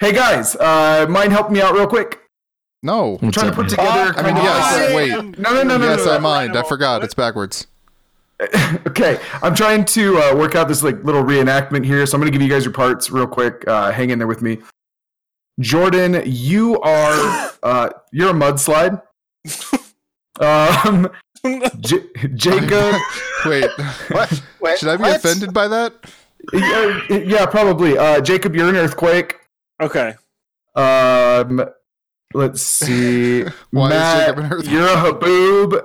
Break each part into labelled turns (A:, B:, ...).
A: Hey guys, uh, mind helping me out real quick?
B: No.
A: I'm trying to put together.
B: I mean,
A: come
B: yes.
A: on.
B: Wait.
A: No, no, no, no.
B: yes,
A: no,
B: I
A: no.
B: mind. I forgot. It's backwards.
A: Okay, I'm trying to uh, work out this like little reenactment here, so I'm gonna give you guys your parts real quick. Uh, hang in there with me, Jordan. You are uh, you're a mudslide. Um, J- Jacob,
B: Wait.
C: What? Wait,
B: Should I be
C: what?
B: offended by that?
A: yeah, yeah, probably. Uh, Jacob, you're an earthquake.
D: Okay.
A: Um, let's see.
B: Why is
A: Matt,
B: Jacob an earthquake?
A: You're a haboob.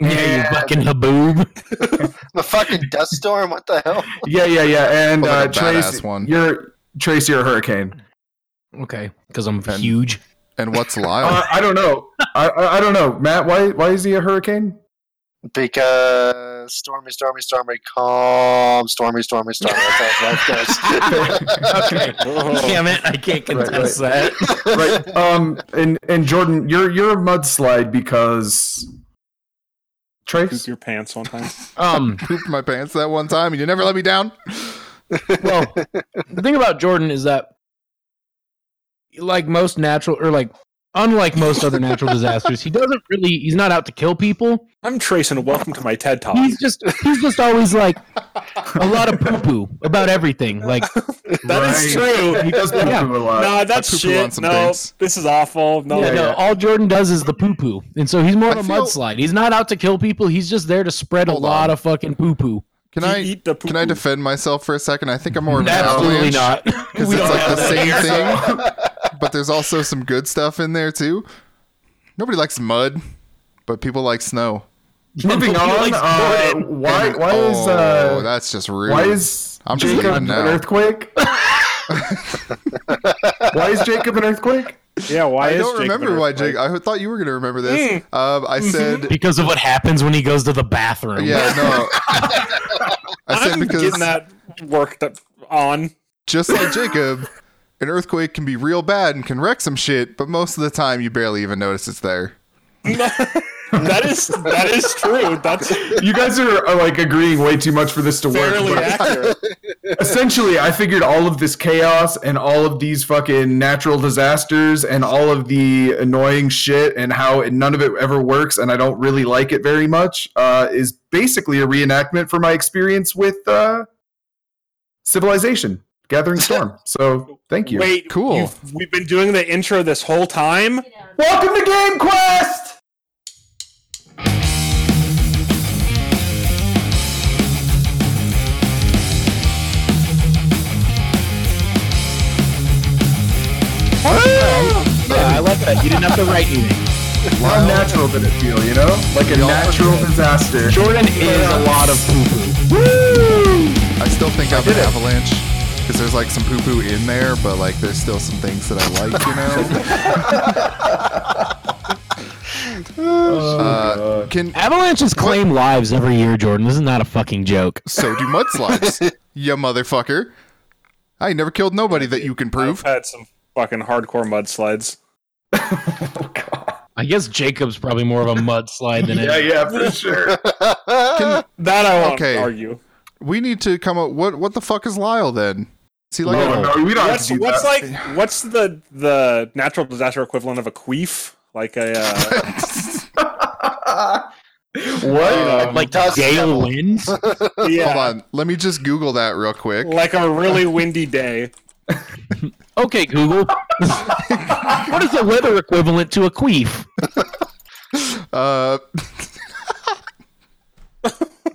C: Yeah.
E: you fucking haboob.
C: The fucking dust storm? What the hell?
A: Yeah, yeah, yeah. And
B: Well, like
A: uh,
B: a
A: Trace,
B: badass one.
A: you're Trace, you're a hurricane.
E: Okay, because I'm
B: Then-
E: huge.
B: And what's
A: Uh,
B: Lyle?
A: I don't know. I, I I don't know, Matt. Why why is he a hurricane?
C: Because stormy, stormy, stormy, calm, stormy, stormy, stormy. That's how life goes.
E: okay,
D: Oh.
E: damn it, I can't
A: Right,
E: contest that.
A: Right. um. And and Jordan, you're you're a mudslide because
D: Poop
A: Trace.
D: your pants one time.
E: Um,
B: Pooped my pants that one time, and you never let me down.
E: well, the thing about Jordan is that, like most natural, or like unlike most other natural disasters, he doesn't really. He's not out to kill people.
D: I'm Tracing. Welcome to my TED Talk.
E: He's just he's just always like a lot of poo poo about everything. Like
D: That is
A: Right.
D: true.
A: Oh, He does
E: Yeah.
A: do a lot.
D: no, that's
B: poo-poo on
D: shit.
B: some
D: No,
B: things.
D: this is awful. No,
E: yeah, no,
A: yeah.
E: all Jordan does is the poo poo, and so he's more of
B: I
E: a
B: feel-
E: mudslide. He's not out to kill people. He's just there to spread a
B: Hold
E: lot
B: on.
E: of fucking poo poo.
B: Can
D: you
B: I?
D: eat the
B: Can I
D: poo-poo.
B: defend myself for a second? I think I'm more of an
E: Absolutely
B: avalanche,
E: not.
B: Because
E: We
B: it's
E: don't
B: like
E: have
B: the
E: that
B: same
E: here.
B: thing, but there's also some good stuff in there too. Nobody likes mud, but people like snow.
A: Moving
E: He
A: on.
E: likes
A: Uh,
E: Jordan.
A: why why
B: oh,
A: is uh
B: that's just rude.
A: why is
B: I'm just
A: Jacob
B: leaving
A: an
B: now.
A: earthquake? why is Jacob an earthquake?
D: yeah, why
B: I
D: is
B: don't
D: Jacob
B: remember
D: an
B: why
D: earthquake?
B: Jake. I thought you were gonna remember this. Um, I said,
E: because of what happens when he goes to the bathroom.
B: yeah, no. I said
D: I'm
B: because
D: getting that worked up on.
B: just like Jacob, an earthquake can be real bad and can wreck some shit, but most of the time you barely even notice it's there.
D: That is that is true. That's
A: You guys are, are like agreeing way too much for this to work.
D: fairly
A: but-
D: accurate.
A: essentially i figured all of this chaos and all of these fucking natural disasters and all of the annoying shit and how none of it ever works and i don't really like it very much uh, is basically a reenactment for my experience with uh, civilization gathering storm so thank you
D: Wait,
B: Cool.
D: you've- We've been doing the intro this whole time.
A: welcome to game quest
E: Yeah, I like that. You didn't have to write anything.
A: how natural did it feel you know like a natural disaster
E: Jordan is a lot of poo-poo.
B: I still think I'm an avalanche because there's like some poo poo in there, but like there's still some things that I like, you know.
D: Oh,
B: uh, can
E: Avalanches claim lives every year, Jordan. This is not a fucking joke.
B: so do mudslides, you motherfucker. I ain't never killed nobody that you can
D: I've
B: prove.
D: had some fucking hardcore mudslides.
E: I guess Jacob's probably more of a mudslide than
A: yeah
E: it.
A: yeah for sure
B: Can,
D: That I won't
B: Okay.
D: argue.
B: we need to come up. What what the fuck is Lyle then? See, like,
A: No, Oh, no, we don't have
D: What's
A: to do
D: what's
A: that.
D: like? What's the the natural disaster equivalent of a queef? Like a uh,
A: what
B: Um,
E: Like
C: Dust
E: gale
C: devil.
E: winds.
D: yeah,
B: hold on. Let me just Google that real quick.
D: like a really windy day.
E: Okay, Google. what is the weather equivalent to a queef?
B: Uh,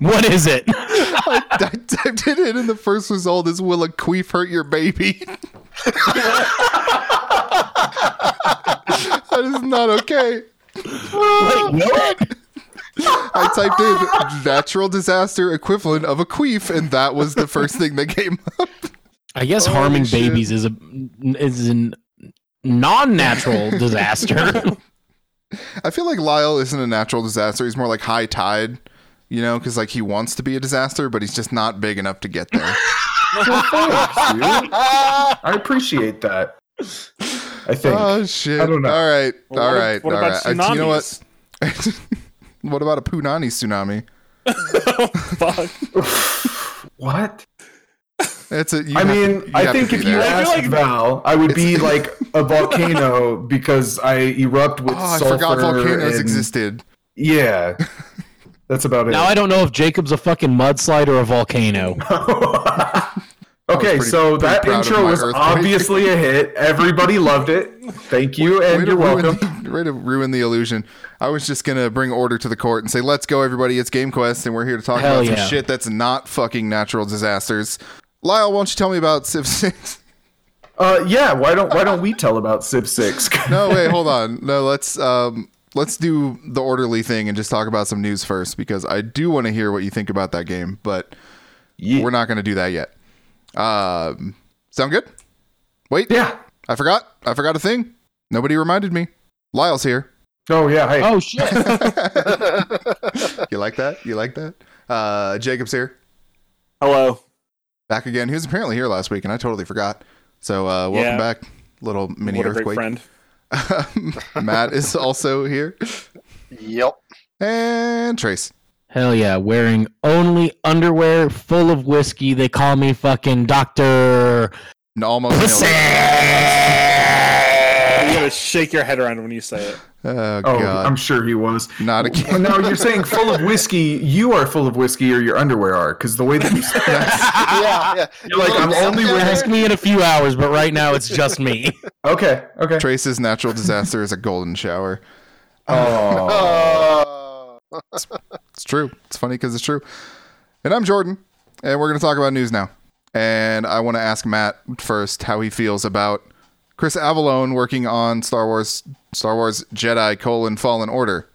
E: What is it?
B: I typed it in, and the first result is "Will a queef hurt your baby?" that is not okay. I typed in "natural disaster equivalent of a queef," and that was the first thing that came up.
E: I guess
B: Holy
E: harming
B: shit.
E: babies is a is an non-natural disaster.
B: I feel like Lyle isn't a natural disaster; he's more like high tide, you know, because like he wants to be a disaster, but he's just not big enough to get there. Ah!
A: I appreciate that. I think.
B: oh shit!
A: I don't know.
B: All right, all
D: what-
B: right,
D: what
B: all
D: about
B: right. I- you know what?
D: tsunamis?
B: what about a
D: Oh,
B: punani tsunami?
D: Fuck.
A: what?
B: It's a. You
A: I
B: have to-
A: mean,
B: you
A: I
B: have to
A: think
B: be
A: if you
B: there.
D: I feel
A: asked
D: like-
A: Val, I would be
B: It's-
A: like a volcano because I erupt with
B: oh, I
A: sulfur.
B: forgot volcanoes
A: and-
B: existed.
A: Yeah, that's about it.
E: Now I don't know if Jacob's a fucking mudslide or a volcano.
A: okay,
B: pretty-
A: so
B: pretty
A: that
B: proud of
A: intro
B: my
A: was
B: earthquake.
A: obviously a hit. Everybody loved it. Thank you, and
B: Way to
A: you're
B: ruin
A: welcome.
B: The, way to ruin the illusion. I was just gonna bring order to the court and say, "Let's go, everybody! It's Game Quest, and we're here to talk
E: Hell
B: about
E: yeah.
B: some shit that's not fucking natural disasters." Lyle, why don't you tell me about Civ Six?
A: Uh, yeah, why don't why don't we tell about Civ Six?
B: no, wait, hold on. No, let's um, let's do the orderly thing and just talk about some news first because I do want to hear what you think about that game, but
A: Yeah.
B: we're not gonna do that yet. Um, sound good? Wait,
A: yeah.
B: I forgot. I forgot a thing. Nobody reminded me. Lyle's here.
A: Oh yeah. Hey.
E: Oh shit!
B: You like that? You like that? Uh, Jacob's here.
D: Hello.
B: back again. He was apparently here last week, and I totally forgot. So uh, welcome
D: Yeah.
B: back, little mini
D: what a great
B: earthquake.
D: friend.
B: Matt is also here,
C: Yep.
B: and Trace.
E: Hell yeah! Wearing only underwear full of whiskey. They call me fucking Doctor.
B: And almost nailed it.
D: You gotta shake your head around when you say it.
B: Oh,
A: Oh,
B: god,
A: I'm sure he was.
B: not again.
A: Well, now you're saying full of whiskey. You are full of whiskey, or your underwear are, because the way that you said that,
C: Yeah, yeah.
A: you're like, I'm only wearing.
E: Ask me in a few hours, but right now it's just me.
A: Okay, okay.
B: Trace's natural disaster is a golden shower.
A: Oh,
C: Uh,
B: It's true. It's funny because it's true. And I'm Jordan, and we're going to talk about news now. And I want to ask Matt first how he feels about Chris Avalone working on Star Wars Star Wars Jedi colon Fallen Order.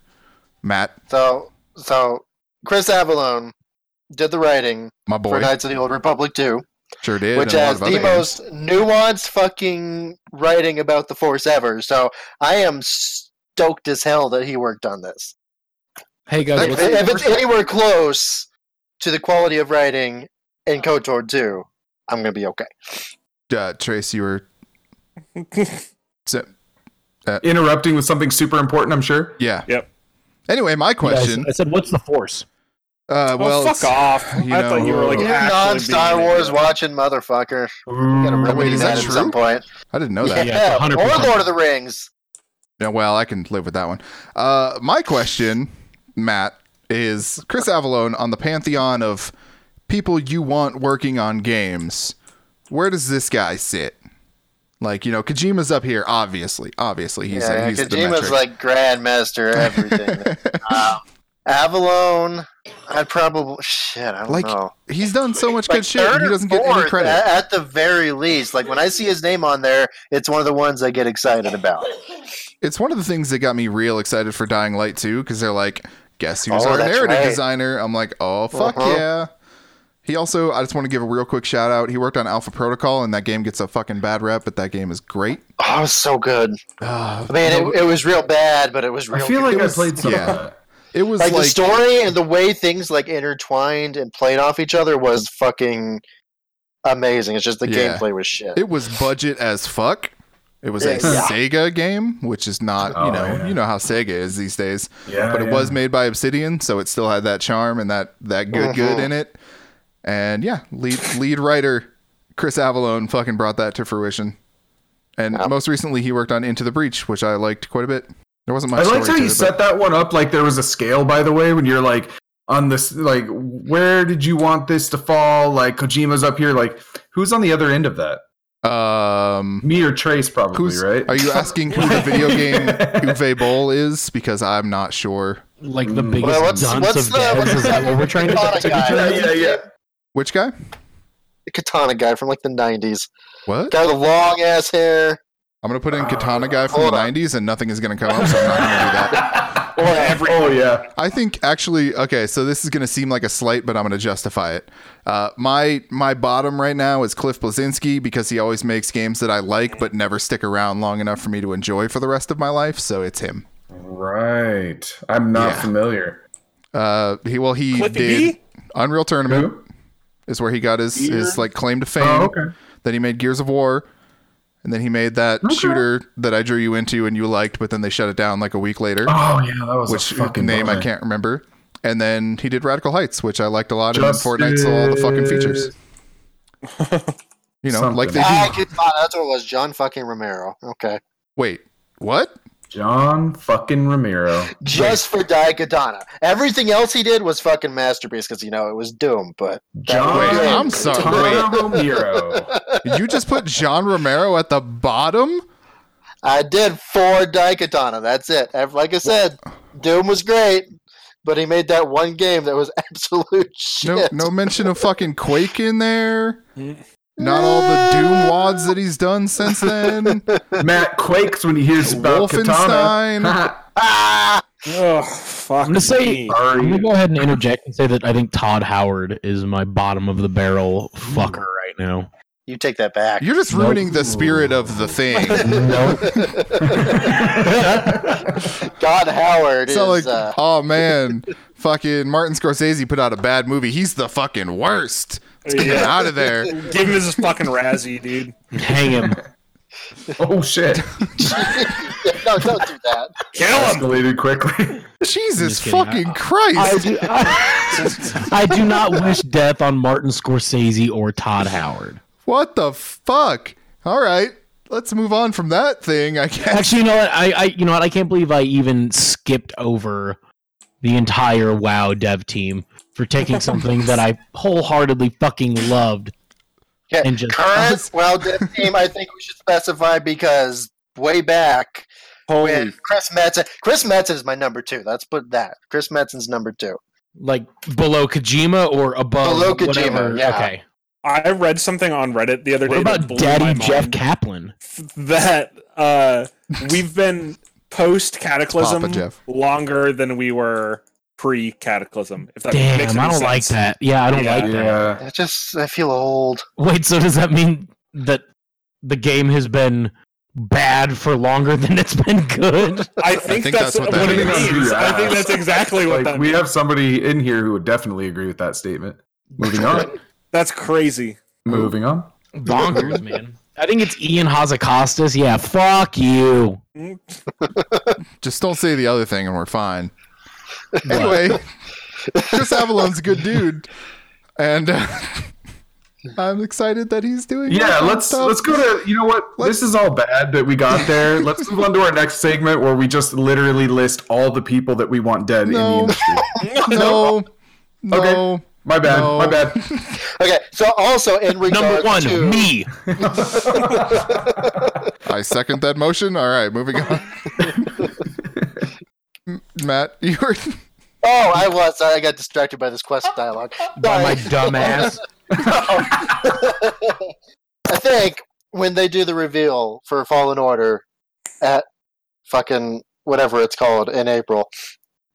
B: Matt,
C: so, so Chris Avalone did the writing
B: my
C: for
B: boy,
C: Knights of the Old Republic 2,
B: sure did.
C: which
B: and a lot
C: has
B: of
C: the
B: other games.
C: most nuanced fucking writing about the Force ever. So I am stoked as hell that he worked on this.
E: Hey guys,
B: That-
E: what's
B: that-
E: up?
C: if it's anywhere close to the quality of writing in KOTOR 2, I'm going to be okay.
B: uh, Trace, you were so,
A: interrupting with something super important. I'm sure.
B: yeah.
D: Yep.
B: Anyway, my
E: You guys-
B: question.
E: I said, what's the force?
B: Uh, well,
D: well,
B: it's-
D: Oh, fuck off.
B: you
D: I thought you were like
B: know-
C: You
D: actually
C: non Star
D: being
C: Wars
D: a-
C: watching motherfucker. You gotta
A: Ooh.
B: wait,
C: remedy
B: is
C: that,
B: that
C: at
B: true?
C: some point.
B: I didn't know that.
E: Yeah,
C: Yeah,
E: it's 100%.
C: or Lord of the Rings.
B: Yeah, well, I can live with that one. Uh, my question, Matt, is Chris Avalone on the pantheon of people you want working on games. Where does this guy sit? Like, you know, Kojima's up here, obviously. Obviously, he's,
C: yeah,
B: he's the metric.
C: Kojima's like grandmaster everything. um, Avalon, I'd probably shit. I don't
B: Like,
C: know.
B: he's done so much
C: Like
B: good shit.
C: third
B: and He
C: or
B: doesn't get any
C: fourth,
B: credit.
C: a- at the very least. Like when I see his name on there, it's one of the ones I get excited about.
B: it's one of the things that got me real excited for Dying Light 2 because they're like, guess who's
C: Oh,
B: our
C: that's
B: narrative
C: right.
B: designer? I'm like, oh, fuck
C: Uh-huh.
B: yeah. He also, I just want to give a real quick shout out. He worked on Alpha Protocol, and that game gets a fucking bad rep, but that game is great.
C: Oh, it was so good.
B: Uh,
C: I mean, it, it was real bad, but it was real.
A: I feel
C: good.
A: like
B: It
A: I
B: was-
A: played some.
B: yeah.
A: Of that.
B: it was
C: like,
B: like,
C: the story and the way things like intertwined and played off each other was fucking amazing. It's just the
B: Yeah.
C: gameplay was shit.
B: it was budget as fuck. It was a
C: Yeah.
B: Sega game, which is not,
A: Oh,
B: you know,
A: yeah.
B: you know how Sega is these days.
A: Yeah,
B: but it
A: Oh, yeah.
B: was made by Obsidian, so it still had that charm and that that good good
A: Mm-hmm.
C: Mhm.
B: in it. And yeah, lead lead writer Chris Avalone fucking brought that to fruition. And
C: Wow.
B: most recently, he worked on Into the Breach, which I liked quite a bit. There wasn't much.
A: I liked
B: story
A: how
B: to
A: you
B: it,
A: set that one up. Like there was a scale, by the way, when you're like on this. Like, where did you want this to fall? Like Kojima's up here. Like, who's on the other end of that?
B: but, um,
A: Me or Trace, probably.
B: who's
A: right?
B: Are you asking who the video game Uwe Boll is? Because I'm not sure
E: Like the
A: Mm.
E: biggest
C: Well, what's-
E: dunce
C: what's
E: of
C: the-
E: devs?
C: what's
E: Is that
C: the-
E: what we're trying to
C: Katana
E: do?
C: guy?
A: yeah, yeah, yeah.
B: which guy.
C: The katana guy from like the nineties.
B: What?
C: Guy with the long ass hair.
B: I'm gonna put
A: Uh,
B: in Katana guy from
C: Hold
B: the
C: on.
B: '90s, and nothing is gonna come up, so I'm not gonna do that.
A: Or every- oh yeah.
B: I think actually, okay, so this is going to seem like a slight, but I'm going to justify it. Uh, my my bottom right now is Cliff Blazinski because he always makes games that I like but never stick around long enough for me to enjoy for the rest of my life. So it's him.
A: Right. I'm not
B: Yeah.
A: familiar.
B: Uh, he well he
D: Cliffy
B: did
D: B?
B: Unreal Tournament
A: Who?
B: is where he got his his like claim to fame.
A: Oh, okay.
B: Then he made Gears of War, and then he made that shooter that I drew you into and you liked, but then they shut it down like a week later,
A: Oh yeah, that was
B: which
A: a fucking
B: name I
A: bummer.
B: can't remember. And then he did Radical Heights, which I liked a lot, and Fortnite stole all the fucking features.
A: Justice.
B: You know,
A: Something.
B: like they do.
C: I could, oh, that's what it was. John fucking Romero. Okay.
B: Wait, what?
A: John fucking Ramiro.
C: Just for Daikatana. Everything else he did was fucking masterpiece because, you know, it was Doom, but.
A: John.
B: Wait, I'm sorry.
A: Tom Ramiro.
B: You just put John Romero at the bottom?
C: I did four Daikatana. That's it. Ev- Like I said, Doom was great, but he made that one game that was absolute shit.
B: No, no mention of fucking Quake in there. Not all the Doom wads that he's done since then.
A: Matt quakes when he hears about
B: Wolfenstein.
A: Katana.
C: Ah!
D: Oh, fuck.
E: I'm gonna say-
D: me.
E: I'm
A: Sorry.
E: gonna go ahead and interject and say that I think Todd Howard is my bottom of the barrel fucker right now.
C: You take that back.
B: You're just ruining the spirit of the thing.
C: God Howard
B: So
C: is.
B: like,
C: uh,
B: oh man, fucking Martin Scorsese put out a bad movie. He's the fucking worst. Get
D: Yeah.
B: out of there.
D: Give him his fucking Razzie, dude.
E: Hang him.
A: Oh shit.
C: no, don't do that.
D: Kill him.
A: Escalated quickly.
B: Jesus
E: just kidding.
B: fucking
E: I
B: Christ.
E: do, I do not wish death on Martin Scorsese or Todd Howard.
B: what the fuck? All right, let's move on from that thing. I guess.
E: Actually, you know what? I, I you know what? I can't believe I even skipped over the entire WoW dev team for taking something that I wholeheartedly fucking loved.
C: Okay.
E: And just-
C: Current well dev team, I think we should specify because way back when
D: Holy.
C: Chris Metzen, Chris Metzen is my number two. Let's put that. Chris Metzen's number two.
E: Like below Kojima or above
C: Below Kojima,
E: whatever.
C: yeah.
E: Okay.
D: I read something on Reddit the other
E: What
D: day. that
E: about
D: blew my
E: Daddy
D: mind.
E: Jeff Kaplan?
D: that uh, we've been post
B: Papa
D: Cataclysm
B: Jeff.
D: longer than we were pre Cataclysm. If that makes
E: Damn,
D: any
E: I don't
D: sense.
E: like that. Yeah, I don't
D: Yeah.
E: like that.
A: Yeah.
C: I just I feel old.
E: Wait, so does that mean that the game has been bad for longer than it's been good?
D: I think,
B: think
D: that's, what,
B: that
D: it
A: means.
D: means. I think
A: Yeah.
D: that's exactly what
A: Like
D: that
A: we
D: means.
A: have somebody in here who would definitely agree with that statement. Moving on.
D: That's crazy.
A: Moving on.
E: Bonkers, man. I think it's Ian Hazakostas. Yeah, fuck you.
B: Just don't say the other thing and we're fine. Anyway, Chris Avalone's a good dude, and uh, I'm excited that he's doing.
A: Yeah,
B: awesome
A: let's
B: stuff.
A: let's go to you know what this is all bad that we got there. let's move on to our next segment where we just literally list all the people that we want dead in the
B: No.
A: industry.
B: No, no.
A: Okay. My bad,
B: No.
A: my bad.
C: Okay, so also in regards
E: Number one,
C: to
E: me.
B: I second that motion. All right, moving on. M- Matt, you were
C: Oh, I was. Sorry, I got distracted by this quest dialogue.
E: By my
C: Sorry.
E: dumb ass.
C: I think when they do the reveal for Fallen Order at fucking whatever it's called in April,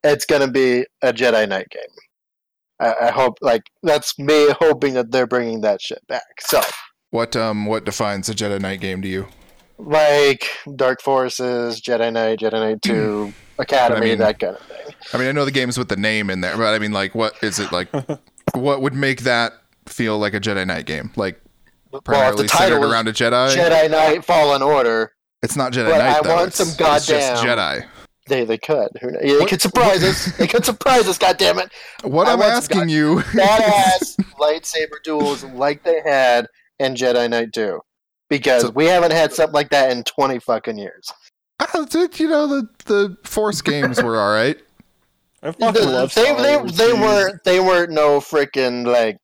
C: it's gonna be a Jedi Knight game. I, I hope, like, that's me hoping that they're bringing that shit back. So,
B: what? Um, what defines a Jedi Knight game to you?
C: like, Dark Forces, Jedi Knight, Jedi Knight Two, Academy,
B: mean-
C: that kind of thing.
B: I mean, I know the game's with the name in there, but I mean, like, what is it like? what would make that feel like a Jedi Knight game? Like
C: Well, if
B: primarily
C: the title
B: centered
C: is
B: around a Jedi.
C: Jedi Knight Fallen Order,
B: It's not Jedi
C: But
B: Knight
C: I
B: though.
C: want
B: it's,
C: some
B: it's just Jedi.
C: they they could. Who knows? They
B: What-
C: could surprise us. They could surprise us. God damn it!
B: What
C: I
B: I'm
C: want some
B: asking you,
C: badass lightsaber duels like they had in Jedi Knight 2. Because
B: So-
C: we haven't had something like that in 20 fucking years.
B: Ah, dude, you know the the Force games were all right.
D: I
C: They,
D: fucking love
C: they,
D: Star
C: they,
D: Wars,
C: they
D: dude.
C: weren't they weren't no freaking like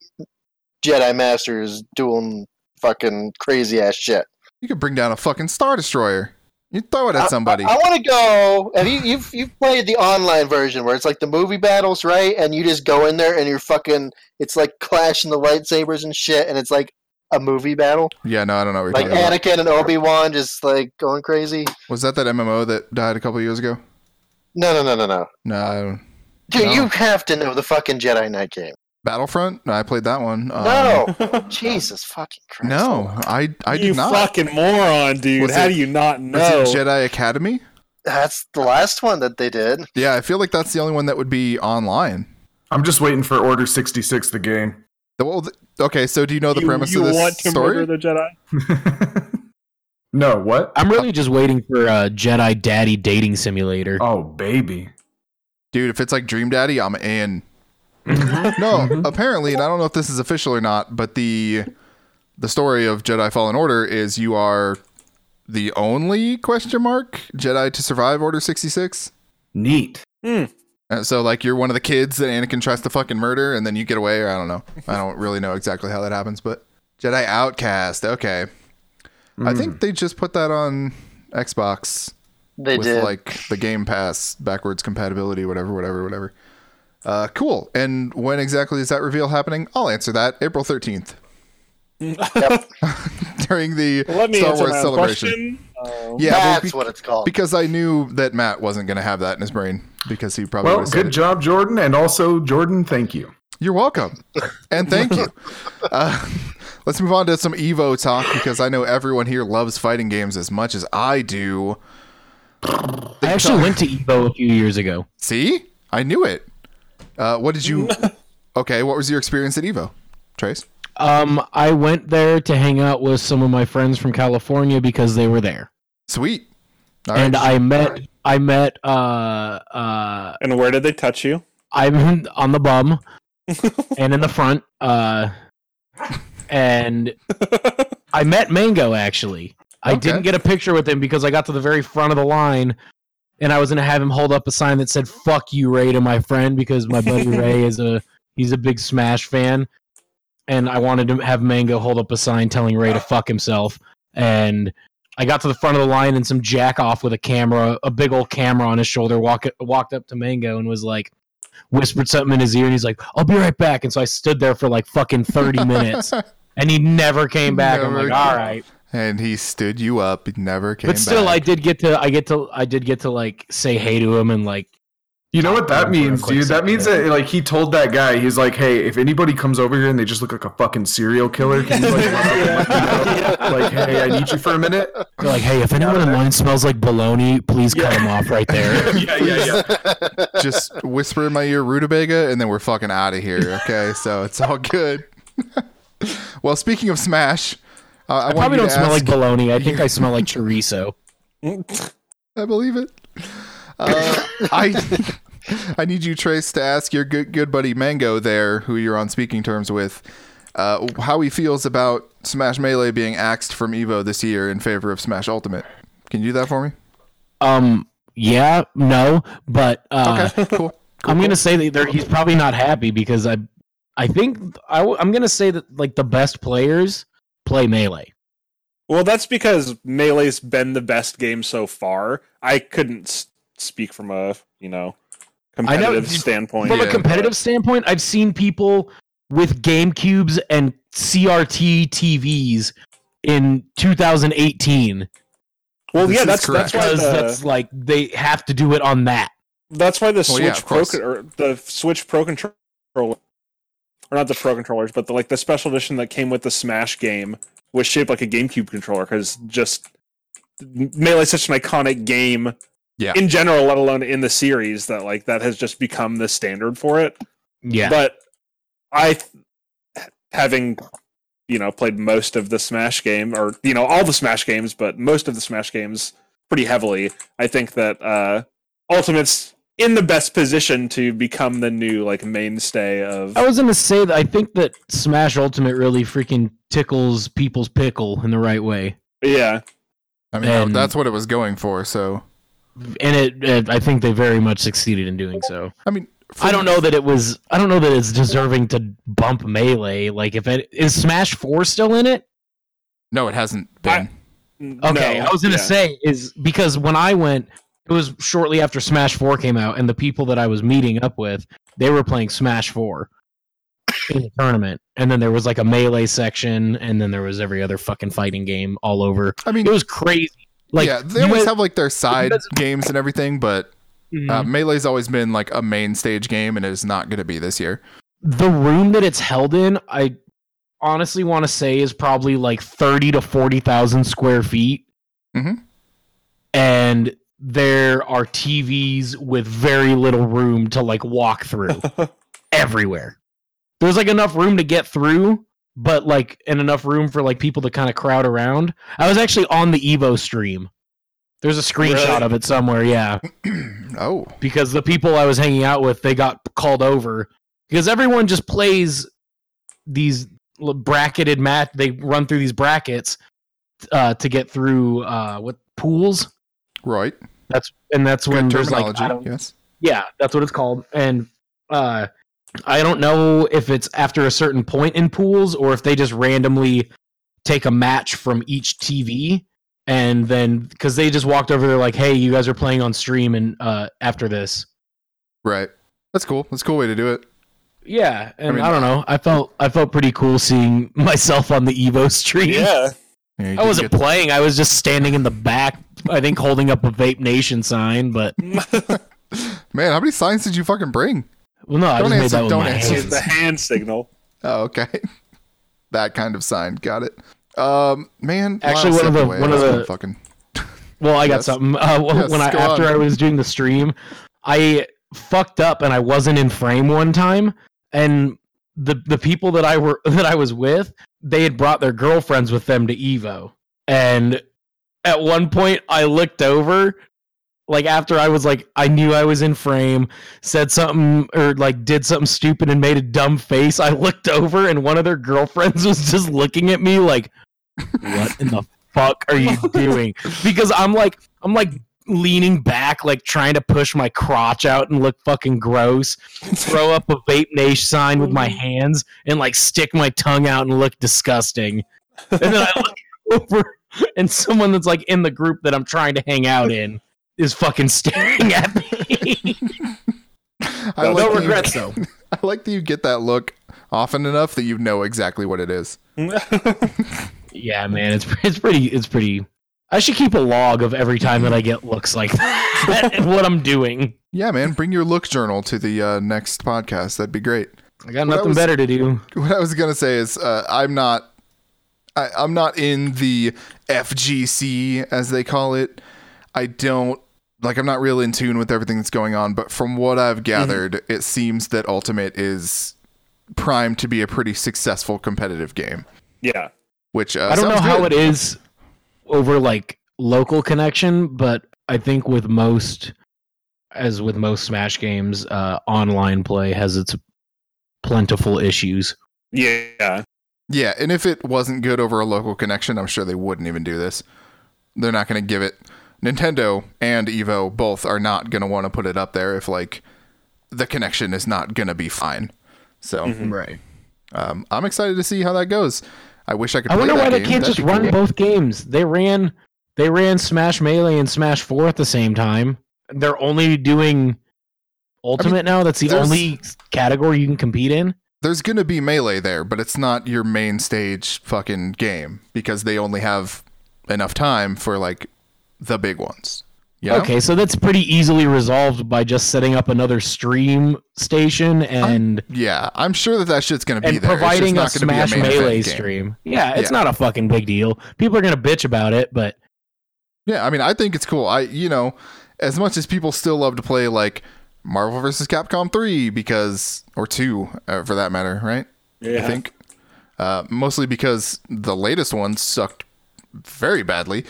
C: Jedi Masters doing fucking crazy ass shit.
B: You could bring down a fucking Star Destroyer. You throw it at somebody.
C: I, want to go. Have you you've you've played the online version where it's like the movie battles, right? And you just go in there and you're fucking. It's like clashing the lightsabers and shit, and it's like a movie battle,
B: yeah, no, I don't know what you're
C: like
B: talking about.
C: Anakin and Obi Wan just like going crazy.
B: Was that that MMO that died a couple years ago?
C: No, no, no, no, no.
B: No, I don't-
C: Dude,
B: No.
C: you have to know the fucking Jedi Knight game.
B: Battlefront. No, I played that one. Um,
C: No, Jesus fucking Christ.
B: no, I I
D: you
B: did not.
D: fucking moron, dude.
B: Was
D: How
B: it-
D: do you not know?
B: Was it Jedi Academy?
C: that's the last one that they did.
B: Yeah, I feel like that's the only one that would be online.
A: I'm just waiting for Order 66 the game.
B: The- well, the- okay, so do you know the
D: you
B: premise
D: you
B: of this
D: want to
B: story?
D: murder the Jedi?
A: no, what?
E: I'm really just waiting for a Jedi Daddy dating simulator.
A: Oh baby.
B: Dude, if it's like Dream Daddy, I'm in. no, apparently, and I don't know if this is official or not, but the the story of Jedi Fallen Order is you are the only question mark Jedi to survive Order 66.
A: Neat.
B: And so like you're one of the kids that Anakin tries to fucking murder and then you get away or I don't know. I don't really know exactly how that happens, but Jedi Outcast. Okay. I
A: Hmm.
B: think they just put that on Xbox
C: They
B: with
C: did.
B: like the Game Pass backwards compatibility, whatever, whatever, whatever. Uh, cool. And when exactly is that reveal happening? I'll answer that April 13th during the
D: Let me
B: Star
D: answer
B: Wars
D: my own
B: celebration.
D: question. Um,
B: Yeah, well,
C: That's
B: be-
C: what it's called.
B: because I knew that Matt wasn't going to have that in his brain because he probably
A: Well,
B: would have said
A: good
B: it.
A: job, Jordan, and also Jordan, thank you.
B: You're welcome. And thank you. Uh, let's move on to some Evo talk because I know everyone here loves fighting games as much as I do.
E: I actually went to Evo a few years ago.
B: See? I knew it. Uh, what did you. okay, what was your experience at Evo, Trace?
E: Um, I went there to hang out with some of my friends from California because they were there,
B: Sweet. All
E: and
B: right.
E: I met I met uh uh
D: And where did they touch you?
E: I'm on the bum and in the front uh and I met Mango actually. I
B: Okay.
E: didn't get a picture with him because I got to the very front of the line and I was going to have him hold up a sign that said fuck you Ray to my friend because my buddy Ray is a he's a big smash fan and I wanted to have Mango hold up a sign telling Ray to fuck himself and I got to the front of the line and some jack off with a camera, a big old camera on his shoulder walk, walked up to Mango and was like whispered something in his ear and he's like, "I'll be right back." And so I stood there for like fucking 30 minutes and he never came back. I'm
B: Never
E: like, all
B: came.
E: right.
B: and he stood you up. He never came
E: But still, I
B: back.
E: did get to, I get to, I did get to like say hey to him and like,
A: You know what that
E: Jordan for a
A: means,
E: quick
A: dude? That
E: second
A: means
E: there.
A: that like he told that guy, he's like, "Hey, if anybody comes over here and they just look like a fucking serial killer, can you like, run up and let me know? like, hey, I need you for a minute."
E: you're like, hey, if anyone in line smells like bologna, please cut him off right there.
A: yeah, yeah, yeah.
B: Just whisper in my ear rutabaga, and then we're fucking out of here. Okay, so it's all good. well, speaking of Smash, uh, I, want
E: Probably
B: you
E: don't
B: to
E: smell like
B: ask-
E: bologna. I think I smell like chorizo.
B: I believe it. Uh, I I need you, Trace, to ask your good good buddy Mango there, who you're on speaking terms with, uh, how he feels about Smash Melee being axed from Evo this year in favor of Smash Ultimate. Can you do that for me?
E: Um, yeah, no, but uh,
B: Okay, cool.
E: I'm gonna say that there- he's probably not happy because I, I think I, w- I'm gonna say that like the best players play melee.
D: Well, that's because Melee's been the best game so far. I couldn't s- speak from a, you know, competitive
E: dude.
D: standpoint.
E: From
B: Yeah.
E: a competitive standpoint, I've seen people with GameCubes and CRT TVs in 2018
D: Well,
B: This
D: yeah,
B: is
D: that's that's why
E: because
D: the,
E: that's like they have to do it on that.
D: that's why the
B: Well,
D: Switch
B: yeah, of
D: Pro
B: course.
D: con- or the Switch Pro controller, or not the Pro controllers, but the like the special edition that came with the Smash game was shaped like a GameCube controller because just Melee is such an iconic game.
B: Yeah.
D: In general, let alone in the series, that like that has just become the standard for it.
E: Yeah.
D: But I, th- having you know played most of the Smash game, or you know all the Smash games, but most of the Smash games pretty heavily, I think that uh, Ultimate's in the best position to become the new like mainstay of.
E: I was gonna say that I think that Smash Ultimate really freaking tickles people's pickle in the right way,
D: Yeah,
B: I mean,
E: And-
B: that's what it was going for. So,
E: and it, it I think they very much succeeded in doing so.
B: I mean,
E: I don't know that it was. I don't know that it's deserving to bump melee. Like, if it is Smash Four still in it?
B: No, it hasn't been.
E: Okay,
D: No,
E: I was gonna
D: yeah.
E: say is because when I went, it was shortly after Smash Four came out, and the people that I was meeting up with, they were playing Smash Four in the tournament, and then there was like a melee section, and then there was every other fucking fighting game all over.
B: I mean,
E: It was crazy. Like,
B: yeah, they
E: you
B: always
E: went-
B: have like their side
E: doesn't-
B: games and everything, but uh,
E: Mhm.
B: Melee's always been like a main stage game, and it's not going to be this year.
E: the room that it's held in, I honestly want to say is probably like thirty to forty thousand square feet,
B: Mhm.
E: and there are TVs with very little room to like walk
D: Oh.
E: through everywhere. There's like enough room to get through, but like and enough room for like people to kind of crowd around. I was actually on the Evo stream. There's a screenshot
D: Really?
E: of it somewhere, yeah
B: oh,
E: because the people I was hanging out with they got called over because everyone just plays these l- bracketed match. They run through these brackets uh, to get through uh, what pools,
B: Right.
E: and that's when
B: Good
E: there's like
B: terminology.
E: I don't-
B: yes.
E: yeah, that's what it's called. And uh, I don't know if it's after a certain point in pools or if they just randomly take a match from each TV and then because they just walked over, they're like, "Hey, you guys are playing on stream," and uh, after this,
B: Right. That's cool. That's a cool way to do it.
E: yeah. And I,
B: mean-
E: don't know. I felt I felt pretty cool seeing myself on the Evo stream.
D: Yeah.
B: Yeah, you
E: I
B: did
E: wasn't
B: get-
E: playing. I was just standing in the back. I think holding up a Vape Nation sign, but
B: Man, how many signs did you fucking bring?
E: well, no, I
B: Don't
E: just made
B: answer,
E: that with
B: don't
E: my
B: answer.
E: hands.
D: the hand signal.
B: Oh, okay. that kind of sign. Got it. Um, man.
E: Actually,
B: Lyle
E: one
B: stepped
E: of the-
B: away.
E: one
B: I was
E: of the-
B: gonna fucking
E: Well, I got
B: Yes.
E: something. Uh, wh-
B: Yes,
E: when I
B: go
E: after
B: on.
E: I was doing the stream, I fucked up and I wasn't in frame one time, and the the people that I were that I was with, they had brought their girlfriends with them to Evo, and at one point I looked over. Like after I was like I knew I was in frame, said something or like did something stupid and made a dumb face. I looked over and one of their girlfriends was just looking at me like, "What in the fuck are you doing?" Because I'm like I'm like leaning back, like trying to push my crotch out and look fucking gross. Throw up a vape nation sign with my hands and like stick my tongue out and look disgusting. And then I look over and someone that's like in the group that I'm trying to hang out in is fucking staring at me.
B: I
D: No
B: like that you-
E: regrets, though.
B: I like that you get that look often enough that you know exactly what it is.
E: yeah, man, it's it's pretty it's pretty. I should keep a log of every time that I get looks like that and what I'm doing.
B: Yeah, man, bring your look journal to the uh, next podcast. That'd be great.
E: I got
B: Well, that
E: nothing
B: was-
E: better to do.
B: What I was gonna say is, uh, I'm not, I, I'm not in the FGC as they call it. I don't like. I'm not real in tune with everything that's going on. But from what
E: Mm-hmm.
B: I've gathered, it seems that Ultimate is primed to be a pretty successful competitive game.
D: Yeah.
B: Which uh,
E: I don't know
B: sounds
E: how
B: good.
E: it is over like local connection, but I think with most, as with most Smash games, uh, online play has its plentiful issues.
D: Yeah.
B: Yeah, and if it wasn't good over a local connection, I'm sure they wouldn't even do this. They're not going to give it. Nintendo and Evo both are not going to want to put it up there if like the connection is not going to be fine. So
D: Mhm.
A: Right.
B: um, I'm excited to see how that goes. I wish I could.
E: I
B: play
E: wonder
B: that
E: why they
B: game.
E: can't
B: That'd
E: just
B: be
E: run
B: cool.
E: both games. They ran, they ran Smash Melee and Smash Four at the same time. They're only doing Ultimate now. That's the
B: there's-
E: only category you can compete in.
B: There's going to be melee there, but it's not your main stage fucking game because they only have enough time for like the big ones. Yeah.
E: Okay, so that's pretty easily resolved by just setting up another stream station and.
B: Yeah, I'm sure that that shit's going to be
E: and
B: there. It's just
E: providing a
B: not gonna be
E: Smash
B: main event
E: Melee
B: game.
E: stream. Yeah, it's
B: Yeah.
E: not a fucking big deal. People are gonna bitch about it, but
B: Yeah, I mean, I think it's cool. I, you know, as much as people still love to play like Marvel vs. Capcom 3 because, or 2 uh, for that matter, right?
D: Yeah.
B: I think. Uh, mostly because the latest one sucked very badly.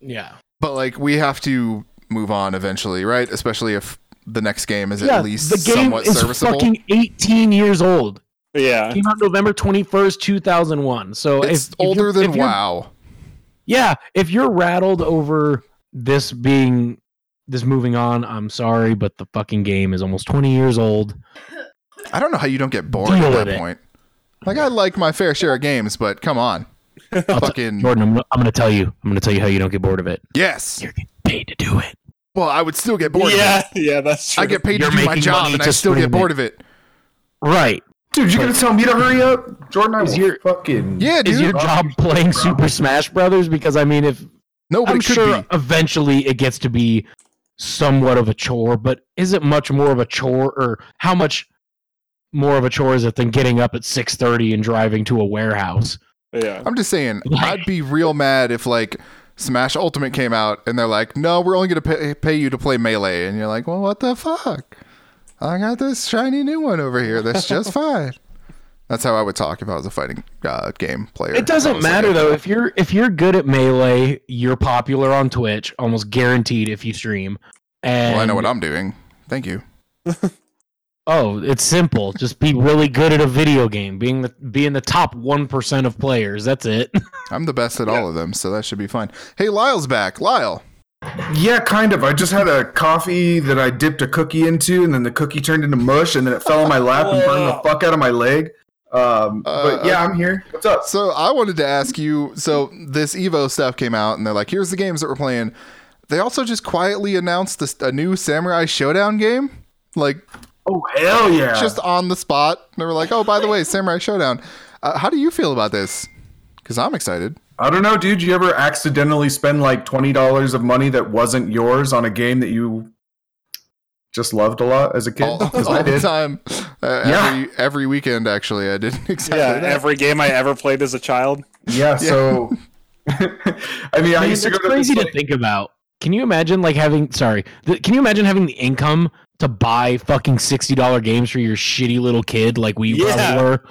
E: yeah,
B: But like, we have to move on eventually, right? Especially if the next game is
E: yeah.
B: at least
E: the game
B: somewhat
E: is
B: serviceable.
E: fucking eighteen years old.
D: Yeah.
E: Came out November twenty first, two thousand one. So
B: it's
E: if, if
B: older
E: you're-
B: than
E: if you're-
B: WoW.
E: Yeah, if you're rattled over this being this moving on, I'm sorry, but the fucking game is almost twenty years old.
B: I don't know how you don't get bored at
E: Deal
B: that
E: with it.
B: point. Like, I like my fair share of games, but come on.
E: I'll t-
B: fucking
E: Jordan, I'm, I'm gonna tell you, I'm gonna tell you how you don't get bored of it.
B: yes.
E: You're getting paid to do it.
B: Well, I would still get bored. of it.
D: Yeah. Yeah. That's true.
B: I get paid
E: You're
B: to do my
E: making
B: job
E: money
B: and I
E: to
B: still get
E: stream
B: bored of it.
E: Right.
A: Dude, you're gonna tell me to hurry up, Jordan? I
E: Is
A: will
E: your-
A: fucking
B: Yeah, dude.
E: Is your job playing Super Smash Brothers? Because I mean, if
B: no, but
E: I'm
B: it could
E: sure
B: be.
E: eventually it gets to be somewhat of a chore, but is it much more of a chore or how much more of a chore is it than getting up at 6:30 and driving to a warehouse?
D: Yeah.
B: I'm just saying, I'd be real mad if like Smash Ultimate came out and they're like, "No, we're only gonna pay, pay you to play melee," and you're like, "Well, what the fuck? I got this shiny new one over here. That's just fine." That's how I would talk if I was a fighting uh, game player.
E: It doesn't
B: honestly.
E: matter though. If you're if you're good at melee, you're popular on Twitch, almost guaranteed if you stream. And
B: Well, I know what I'm doing. Thank you.
E: Oh, it's simple. Just be really good at a video game. Being the being the top one percent of players. That's it.
B: I'm the best at
D: Yeah.
B: all of them, so that should be fine. Hey, Lyle's back. Lyle.
A: Yeah, kind of. I just had a coffee that I dipped a cookie into, and then the cookie turned into mush, and then it fell on my lap and burned the
D: Whoa.
A: fuck out of my leg. Um,
B: Uh,
A: but yeah, I'm here. What's up?
B: So I wanted to ask you. So this Evo stuff came out, and they're like, "Here's the games that we're playing." They also just quietly announced this, a new Samurai Showdown game, like
A: Oh hell yeah!
B: just on the spot. They were like, "Oh, by the way, Samurai Showdown." Uh, how do you feel about this? Because I'm excited.
A: I don't know, dude. You ever accidentally spend like twenty dollars of money that wasn't yours on a game that you just loved a lot as a kid?
B: all,
A: 'Cause
B: all
A: I
B: the
A: did.
B: time. Uh,
A: Yeah.
B: every, every weekend, actually, I did exactly
D: Yeah,
B: that.
D: every game I ever played as a child.
A: Yeah. So, I mean, I
E: Man,
A: used to go
E: that's
A: to
E: crazy
A: this,
E: to think about. Can you imagine like having? Sorry, th- can you imagine having the income to buy fucking sixty dollar games for your shitty little kid like we
D: Yeah.
E: probably were?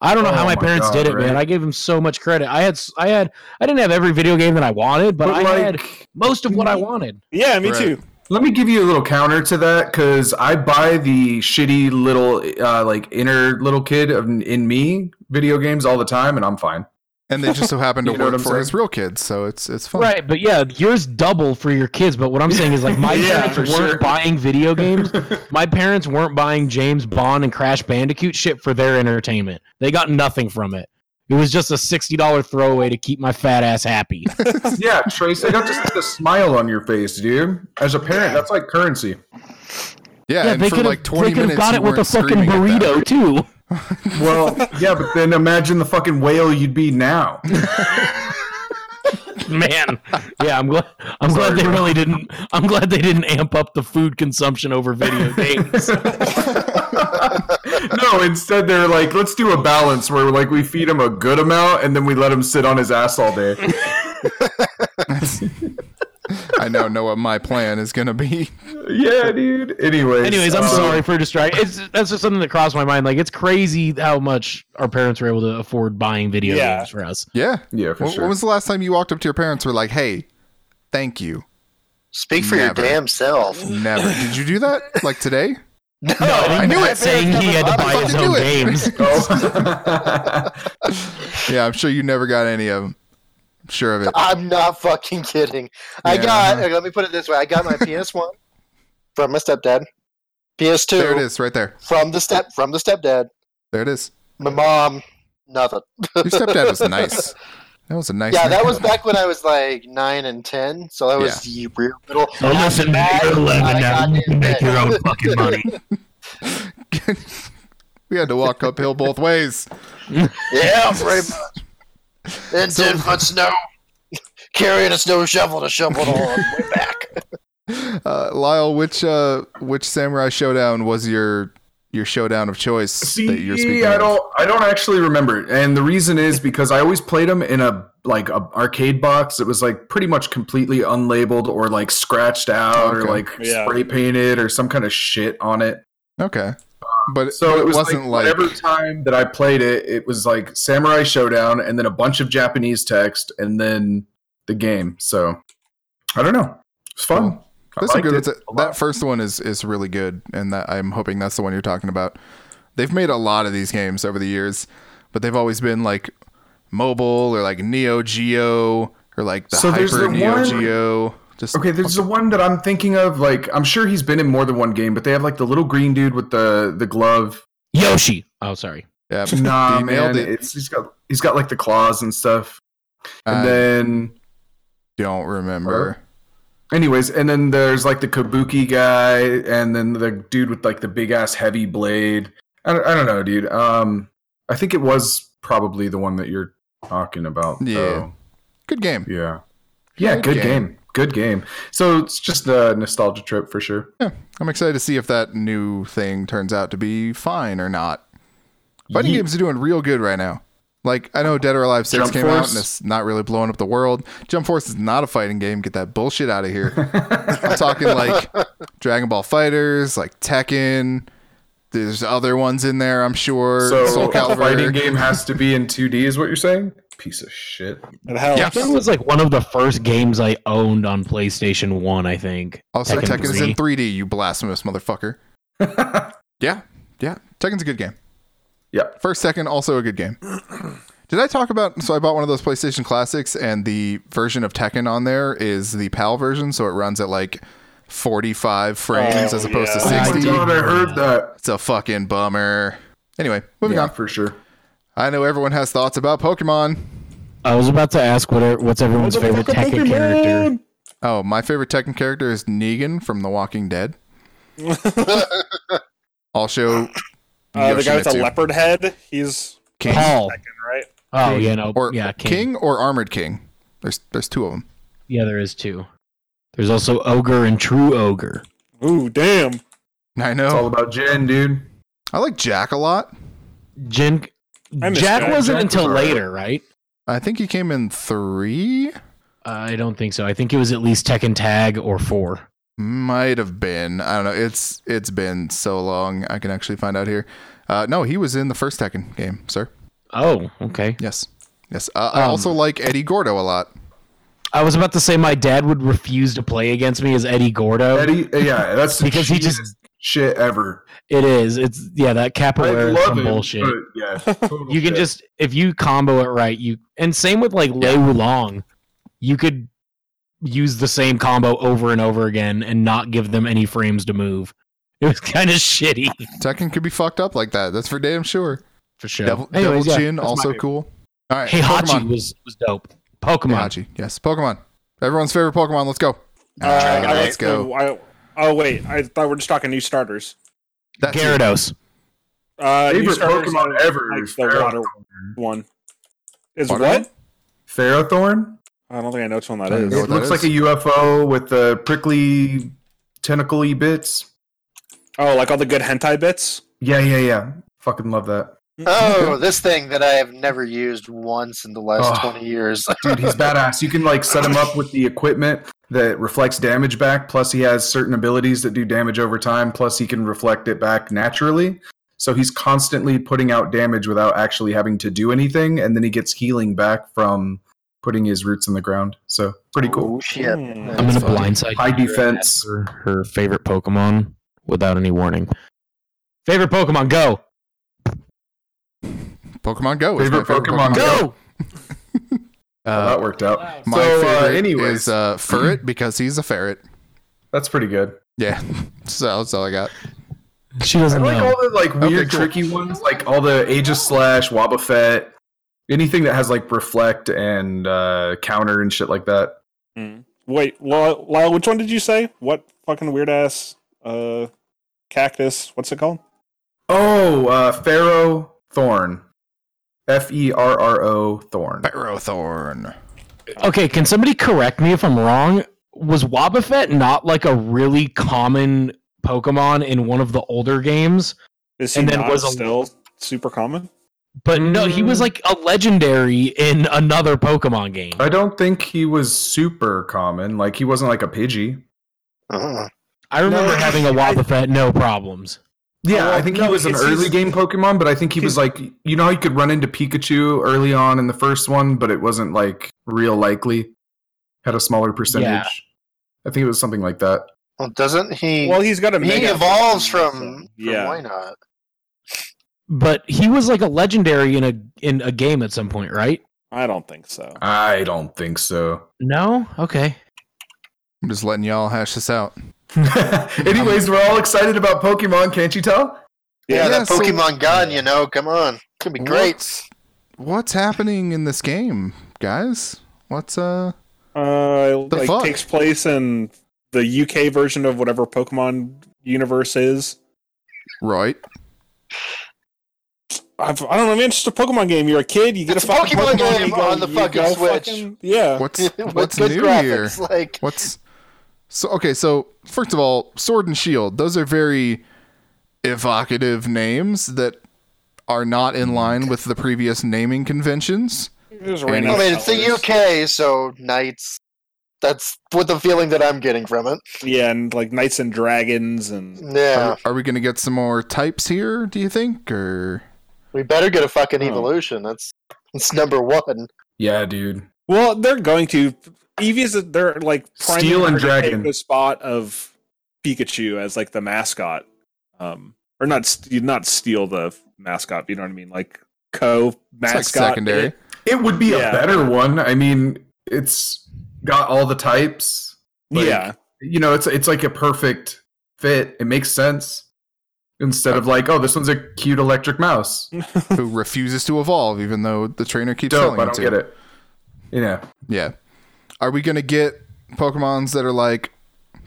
E: I don't know
A: Oh
E: how my,
A: my
E: parents
A: God,
E: did it, man.
A: right?
E: I gave them so much credit. I had, s- I had, I didn't have every video game that I wanted, but,
A: but
E: I had
A: like,
E: most of what I wanted.
D: Yeah, me
B: Right.
D: too.
A: let me give you a little counter to that because I buy the shitty little, uh, like, inner little kid of, in me video games all the time, and I'm fine.
B: And they just so happened to
A: You know
B: work
A: what I'm
B: for
A: saying?
B: his real kids, so it's it's fun.
E: Right, but yeah, yours double for your kids. But what I'm saying is, like, my
A: Yeah,
E: parents
A: for
E: weren't
A: sure.
E: buying video games. my parents weren't buying James Bond and Crash Bandicoot shit for their entertainment. They got nothing from it. It was just a sixty dollar throwaway to keep my fat ass happy.
A: yeah, Trace, I got just the smile on your face, dude. As a parent, that's like currency.
B: Yeah, and for
E: could've-
B: like 20
E: could've
B: minutes,
E: got
B: you
E: it with a
B: weren't
E: fucking
B: screaming at them.
E: burrito too.
A: Well, yeah, but then imagine the fucking whale you'd be now.
E: Man, yeah, I'm glad. I'm glad
A: Sorry,
E: they
A: bro.
E: really didn't. I'm glad they didn't amp up the food consumption over video games.
A: no, instead they're like, let's do a balance where like we feed him a good amount and then we let him sit on his ass all day.
B: I now know what my plan is going to be.
A: yeah, dude. Anyways,
E: Anyways, I'm
A: uh,
E: sorry for distracting. It's that's just something that crossed my mind. Like it's crazy how much our parents were able to afford buying video
D: Yeah.
E: games for us.
B: Yeah.
A: Yeah, for
B: When,
A: sure.
B: when was the last time you walked up to your parents and were like, hey, thank you?
C: Speak for
B: Never.
C: your damn self.
B: Never. Did you do that? Like today?
C: No,
B: Oh,
E: I knew it. Saying he had to buy his
B: fucking
E: own
B: do it.
E: games.
A: Oh.
B: Yeah, I'm sure you never got any of them. I'm sure of it.
C: I'm not fucking kidding. I
B: Yeah.
C: got. okay, Let me put it this way. I got my PS1 from my stepdad.
B: There it
C: PS2
B: is, right there.
C: from the step from the stepdad.
B: There it is.
C: My mom, nothing.
B: Your stepdad was nice. That was a nice
C: yeah, that
B: man.
C: was back when I was like nine and ten, so that was the real middle.
E: So listen,
C: After
E: you're
C: that,
E: 11
C: I
E: now.
C: got
E: You can
C: in
E: make your
C: bed.
E: own fucking money.
B: we had to walk uphill both ways.
C: yeah, pretty much. And
B: So-
C: ten foot snow, carrying a snow shovel to shovel it all the way back.
B: Uh, Lyle, which uh, which Samurai Showdown was your your showdown of choice that you're
A: See,
B: speaking
A: I
B: of?
A: don't, I don't actually remember, and the reason is because I always played them in a like a arcade box that was like pretty much completely unlabeled or like scratched out
B: Okay.
A: or like
D: Yeah.
A: spray painted or some kind of shit on it.
B: Okay, but
A: So
B: but
A: it was
B: wasn't like,
A: whatever time that I played it, it was like Samurai Showdown, and then a bunch of Japanese text, and then the game. So I don't know. It's fun.
B: Cool.
A: I
B: that's a
A: liked
B: good.
A: it
B: It,
A: a lot.
B: that first one is is really good, and that I'm hoping that's the one you're talking about. They've made a lot of these games over the years, but they've always been like mobile or like Neo Geo or like the
A: So
B: Hyper
A: there's the
B: Neo
A: one-
B: Geo. Just
A: Okay, there's the one that I'm thinking of. Like, I'm sure he's been in more than one game, but they have like the little green dude with the the glove.
E: Yoshi. Oh, sorry.
B: yeah,
A: Nah,
B: You nailed
A: man,
B: it.
A: it's he's got he's got like the claws and stuff. And
B: I
A: then,
B: don't remember.
A: anyways, and then there's like the kabuki guy, and then the dude with like the big ass heavy blade. I don't, I don't know, dude. Um, I think it was probably the one that you're talking about.
B: Yeah.
A: though.
B: Good game.
A: yeah, yeah.
B: Good
A: Good,
B: game.
A: game. Good game. So it's just a nostalgia trip for sure.
B: I'm excited to see if that new thing turns out to be fine or not. Fighting
A: Ye-
B: games are doing real good right now. Like I know Dead or Alive Six
A: Jump
B: came out
A: Force?
B: and it's not really blowing up the world. Jump Force is not a fighting game. Get that bullshit out of here. I'm talking like Dragon Ball Fighters, like Tekken. There's other ones in there, I'm sure.
A: So
B: Soul
A: a
B: Calibur.
A: fighting game has to be in 2D, is what you're saying? Piece of shit.
D: It helps.
B: Yeah.
E: That was like one of the first games I owned on PlayStation 1, I think.
B: Also,
E: Tekken
B: Tekken's in
E: 3.
B: 3D. You blasphemous motherfucker. yeah, Yeah, Tekken's a good game.
A: Yep.
B: First, second, also a good game. Did I talk about? So I bought one of those PlayStation Classics, and the version of Tekken on there is the PAL version, so it runs at like 45 frames
D: Oh,
B: as opposed
D: yeah.
A: Oh
B: to
A: my
B: 60.
A: god, I heard that.
B: It's a fucking bummer. Anyway, moving
A: Yeah,
B: on.
A: for sure.
B: I know everyone has thoughts about Pokemon.
E: I was about to ask what are, what's everyone's favorite Tekken character.
B: Oh, my favorite Tekken character is Negan from The Walking Dead. also,
D: Uh, the guy with the
B: Yoshimitsu.
D: leopard head. He's
B: King.
E: Paul.
D: right.
E: Oh, yeah, no.
B: or
E: yeah, King.
B: King or Armored King. There's there's two of them.
E: Yeah, there is two. There's also Ogre and True Ogre.
D: Ooh, damn.
B: I
A: It's all
B: know.
A: about Jen, dude.
B: I like Jack a lot.
E: Jin
D: I miss
E: Jack
D: Jack.
E: wasn't
A: Jack
E: until
A: was alright.
E: later, right?
B: I think he came in three.
E: I don't think so. I think it was at least Tekken Tag or four.
B: Might have been. I don't know. It's it's been so long. I can actually find out here. Uh, no, he was in the first Tekken game, sir.
E: Oh, okay.
B: Yes, yes. Uh, I
E: Um,
B: also like Eddie Gordo a lot.
E: I was about to say my dad would refuse to play against me as Eddie Gordo.
A: Eddie, uh, yeah, that's the
E: Oh. Because he just-
A: cheesiest shit ever.
E: It is. It's yeah, that
A: I
E: capoeira is
A: love
E: some
A: him,
E: bullshit.
A: but yeah, total
E: You can
A: shit.
E: just if you combo it right, you and same with like Lei Wulong, you could use the same combo over and over again and not give them any frames to move. It was kind of shitty
B: Tekken could be fucked up like that. That's for damn sure.
E: for sure.
B: Devil,
E: Anyways,
B: Devil
E: yeah,
B: Chin
E: that's my
B: also
E: favorite.
B: cool. All right,
E: Heihachi
B: Pokemon.
E: was was dope. Pokemon.
B: Heihachi. Yes, Pokemon. Everyone's favorite Pokemon. Let's go.
D: Uh,
B: Alright,
D: I-
B: let's go.
D: I- Oh, wait, I thought we were just talking new starters.
B: That too.
E: Gyarados.
D: Uh, new
A: favorite
D: starters
A: Pokemon
D: are
A: ever
D: like
A: is
D: the water
A: Ferrothorn.
D: one. Is
B: Water
D: what?
A: Ferrothorn?
D: I don't think I know which one that
B: I don't
D: is.
B: know
A: It
B: what that
A: looks like a
B: is.
A: UFO with the prickly, tentacly bits.
D: Oh, like all the good hentai bits.
A: Yeah, yeah, yeah. Fucking love that.
C: Oh, this thing that I have never used once in the last
A: Oh.
C: 20 years.
A: Dude, he's badass. You can like set him up with the equipment that reflects damage back. Plus, he has certain abilities that do damage over time. Plus, he can reflect it back naturally. So he's constantly putting out damage without actually having to do anything, and then he gets healing back from putting his roots in the ground. So pretty cool.
C: Oh, shit.
D: Hmm.
E: I'm gonna
B: That's funny.
E: blindside
A: High defense.
E: her, her favorite Pokemon without any warning. Favorite Pokemon, go,
B: Pokemon Go. is my
A: Favorite Pokemon Go.
E: go.
A: Well,
B: Uh,
A: that worked out.
B: my
A: So, uh,
B: favorite
A: anyways.
B: is uh, Ferret because he's a ferret.
A: That's pretty good.
B: Yeah, so that's all I got.
E: She
A: I
E: doesn't
A: like
E: know.
A: all the like
B: Okay,
A: weird,
B: cool.
A: tricky ones, like all the Aegis slash Wobbuffet, anything that has like reflect and uh, counter and shit like that.
D: Hmm. Wait, Lyle, Lyle, which one did you say? What fucking weird ass uh, cactus? What's it called?
A: Oh, uh, Pharaoh Thorn, F E R R O Thorn.
B: Ferrothorn.
E: Okay, can somebody correct me if I'm wrong? Was Wobbuffet not like a really common Pokemon in one of the older games?
D: Is he
E: And then
D: not
E: was a-
D: still super common?
E: But no, he
A: Mm.
E: was like a legendary in another Pokemon game.
A: I don't think he was super common. Like he wasn't like a Pidgey.
C: Uh-uh.
E: I remember
A: No,
E: having a Wobbuffet, no problems.
A: Yeah,
D: Well,
A: I think
D: no,
A: he was an
D: it's-
A: early
D: he's-
A: game Pokemon, but I think he was
D: he's-
A: like you know how you could run into Pikachu early on in the first one, but it wasn't like real likely. Had a smaller percentage.
E: Yeah.
A: I think it was something like that.
C: Well, doesn't he?
D: Well, he's got a.
C: he
D: mega
C: evolves
D: so-
C: from. from
D: yeah.
C: Why not?
E: But he was like a legendary in a in a game at some point, right?
D: I don't think so.
A: I don't think so.
E: No? Okay.
B: I'm just letting y'all hash this out.
A: Anyways, we're all excited about Pokemon, can't you tell?
C: Yeah,
D: Yeah,
C: that
B: so-
C: Pokemon gun, you know, come on. Could be great.
B: What's, what's happening in this game, guys? What's uh?
D: Uh,
B: The
D: like
B: fuck?
D: takes place in the UK version of whatever Pokemon universe is.
B: Right.
D: I've, I don't know, man. It's just a Pokemon game. You're a kid. You get
C: It's
D: a
C: a
D: fucking
C: Pokemon
D: Pokemon,
C: game
D: you go-
C: on the
D: you
C: fucking
D: go
C: Switch.
D: fucking- yeah.
B: What's
C: With
B: what's
C: good
B: new here?
C: graphics, Like,
B: What's so okay? So first of all, Sword and Shield. Those are very evocative names that are not in line with the previous naming conventions.
D: It was
B: I
D: random
C: I mean, it's
D: colors.
C: the UK, so knights. That's what the feeling that I'm getting from it.
D: Yeah, and like Knights and Dragons and
C: Yeah,
B: Are, are we going to get some more types here? Do you think? Or
C: we better get a fucking
D: Oh.
C: evolution. That's that's number one.
A: Yeah, dude.
D: well, they're going to Eevees. They're like priming
A: Steel and
D: her to take
A: Dragon.
D: the spot of Pikachu as like the mascot, um, or not st- you not steal the mascot. You know what I mean? Like co
B: It's
D: mascot.
B: like secondary.
A: It would be
D: Yeah.
A: a better one. I mean, it's got all the types. Like,
D: yeah,
A: You know, it's it's like a perfect fit. It makes sense. Instead of like, oh, this one's a cute electric mouse.
B: who refuses to evolve, even though the trainer keeps
A: Dope.
B: telling
A: I
B: him
A: don't
B: to.
A: get it. You know,
B: Yeah. Are we gonna get Pokemons that are like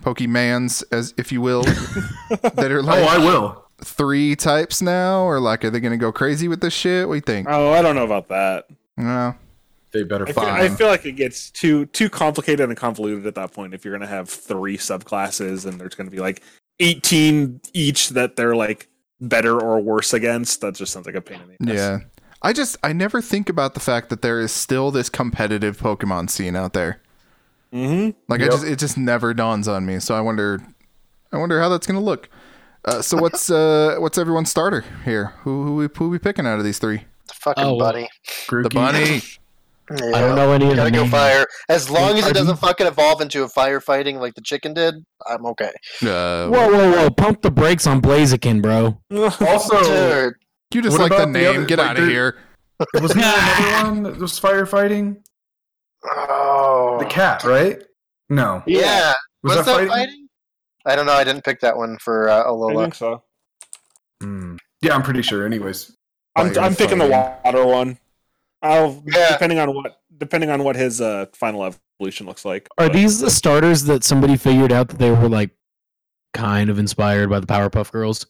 B: Pokemans, as if you will, that are like
A: oh, I will.
B: three types now, or like are they gonna go crazy with this shit? What do you think?
D: Oh, I don't know about that.
B: No.
A: They better
D: I feel,
A: find.
D: I feel like it gets too too complicated and convoluted at that point. If you're gonna have three subclasses and there's gonna be like 18 each that they're like better or worse against, that just sounds like a pain in the ass.
B: Yeah. I just I never think about the fact that there is still this competitive Pokemon scene out there.
D: Mm-hmm.
B: Like I
A: Yep.
B: just it just never dawns on me. So I wonder I wonder how that's gonna look. Uh, so what's uh what's everyone's starter here? Who who we who we picking out of these three?
C: The fucking
E: Oh, well.
C: bunny.
B: The bunny.
C: Yeah.
E: I don't know any of
C: Gotta
E: the
C: go
E: names.
C: fire. As long as it
E: Pardon?
C: doesn't fucking evolve into a firefighting like the chicken did, I'm okay.
B: Uh,
E: Whoa, whoa, whoa! Pump the brakes on Blaziken, bro.
D: Mm-hmm.
A: Also,
C: Dude,
B: you just
A: What
B: like the
A: about the
B: name.
A: other-
B: Get
A: like
B: out of
A: the-
B: here.
A: wasn't there another one that was firefighting?
C: oh.
A: The cat, right? No.
C: Yeah.
A: Was
C: Was that,
A: that
C: fighting? I don't know. I didn't pick that one for uh, Alola.
D: so.
A: Hmm. Yeah, I'm pretty sure. Anyways,
D: I'm,
B: Fire
D: I'm picking the
B: fighting.
D: water one. I'll
C: Yeah.
D: depending on what depending on what his uh, final evolution looks like.
E: Are
D: But
E: these the starters that somebody figured out that they were like kind of inspired by the Powerpuff Girls?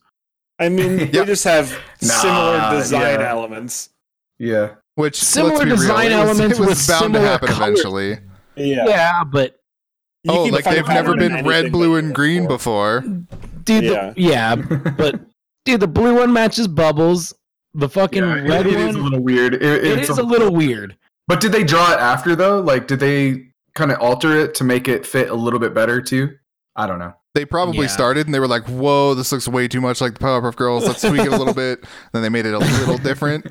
D: I mean,
A: Yeah.
D: they just have
A: Nah,
D: similar design
A: yeah.
D: elements.
A: yeah.
B: Which
E: Similar
B: let's be real,
E: design
B: it was-
E: elements
B: it was
E: with
B: bound to
E: similar
B: happen
E: colors.
B: eventually.
D: Yeah.
E: but
D: You
B: oh,
D: can
B: like
D: find
B: they've
D: a
B: never
D: pattern in
B: been red,
D: anything
B: blue,
D: that
B: and
D: you
B: green
D: look
B: before.
E: dude,
D: Yeah.
E: the, yeah, but dude, the blue one matches Bubbles. The fucking
A: Yeah,
E: red
A: it, it is a
E: one,
A: little weird. It-
E: it
A: it's
E: is a little weird.
A: But did they draw it after though? Like, did they kind of alter it to make it fit a little bit better too? I don't know.
B: They probably
E: Yeah.
B: started and they were like, "Whoa, this looks way too much like the Powerpuff Girls. Let's tweak it a little bit." Then they made it a little different.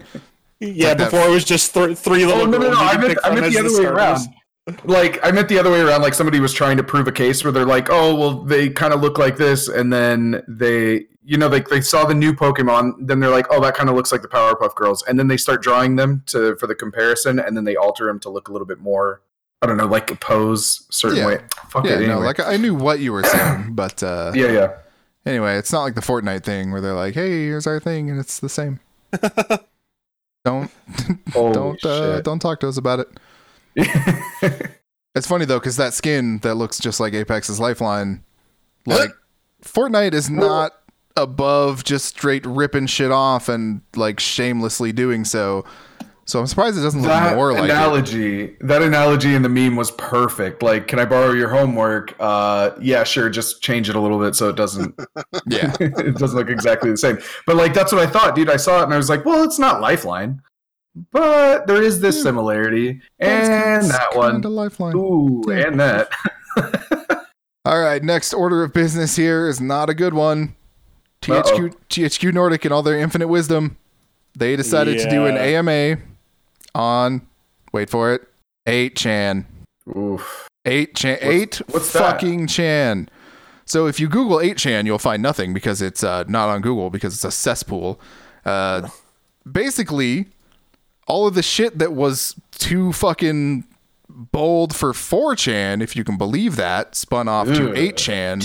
D: Yeah,
B: Like that-
D: before it was just th- three little.
A: Oh no no
D: girls
A: no!
D: you
A: I
D: could
A: meant,
D: pick
A: I
D: from
A: meant
D: as
A: the other way
D: starters.
A: around. Like I meant the other way around. Like somebody was trying to prove a case where they're like, oh well, they kind of look like this, and then they, you know, like they saw the new Pokemon, then they're like, oh, that kind of looks like the Powerpuff Girls, and then they start drawing them to for the comparison, and then they alter them to look a little bit more. I don't know, like a pose certain
B: Yeah.
A: way. Fuck
B: yeah,
A: it. Anyway.
B: no, like I knew what you were saying, but uh,
A: yeah, yeah.
B: anyway, it's not like the Fortnite thing where they're like, "Hey, here's our thing," and it's the same. don't
A: Holy
B: don't uh, don't talk to us about it.
A: shit.
B: It's funny though, because that skin that looks just like Apex's lifeline, like Fortnite is not above just straight ripping shit off and like shamelessly doing so. So I'm surprised it doesn't look
A: that
B: more like it.
A: analogy that analogy in the meme was perfect like can i borrow your homework uh yeah sure just change it a little bit so it doesn't
B: Yeah,
A: it doesn't look exactly the same but like that's what i thought dude i saw it and i was like well it's not lifeline but there is
E: Hmm.
A: this
B: Yeah.
A: similarity and that one
B: Kinda lifeline.
A: ooh
B: Yeah.
A: and that
B: All right, next order of business here is not a good one. THQ THQ Nordic and all their infinite wisdom, they decided to do an
D: Yeah.
B: AMA on wait for it, eight chan.
A: Oof.
B: Eight chan,
A: What's-
B: eight
A: what's that?
B: fucking chan. So if you Google eight chan, you'll find nothing because it's uh, not on Google because it's a cesspool. Uh, basically, all of the shit that was too fucking bold for four chan, if you can believe that, spun off to
A: Ugh.
B: eight chan.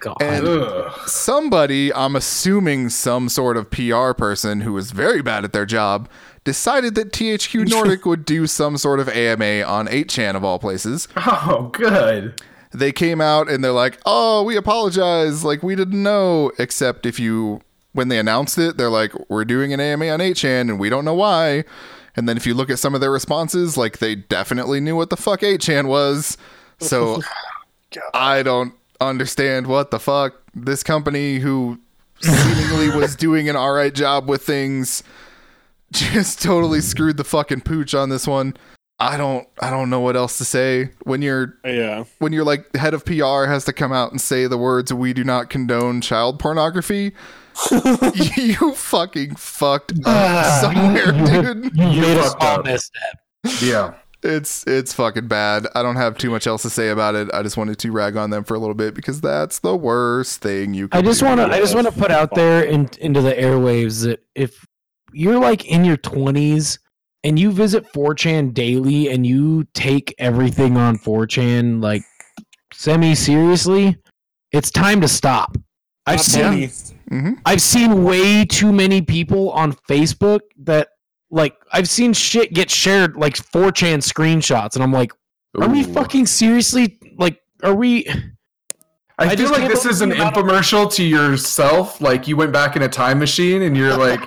E: God,
B: And-
A: Ugh.
B: Somebody, I'm assuming some sort of PR person who was very bad at their job, decided that THQ Nordic would do some sort of AMA on 8chan of all places
A: oh good
B: they came out and they're like, "Oh, we apologize. Like we didn't know." Except if you when they announced it, they're like, "We're doing an AMA on 8chan and we don't know why." And then if you look at some of their responses, like they definitely knew what the fuck 8chan was. So I don't understand what the fuck this company who seemingly was doing an all right job with things just totally screwed the fucking pooch on this one. I don't I don't know what else to say when you're
D: Yeah.
B: when you're like head of PR has to come out and say the words "We do not condone child pornography," you
E: Ah.
B: fucking fucked up somewhere, dude.
E: you made a
A: fucked
E: small
A: up.
E: misstep.
A: yeah
B: It's it's fucking bad. I don't have too much else to say about it. I just wanted to rag on them for a little bit because that's the worst thing you can
E: I just
B: do.
E: want to. I just want to put out there in, into the airwaves that if you're like in your 20s and you visit 4chan daily and you take everything on 4chan like semi seriously, it's time to stop. I've
D: Not
E: seen
D: funny.
E: I've seen way too many people on Facebook that like I've seen shit get shared like 4chan screenshots, and I'm like, are we
A: Ooh.
E: fucking seriously like? Are we?
A: I,
E: I
A: feel
E: just
A: like
E: can't
A: this is an
E: believe about-
A: infomercial to yourself. Like you went back in a time machine and you're like,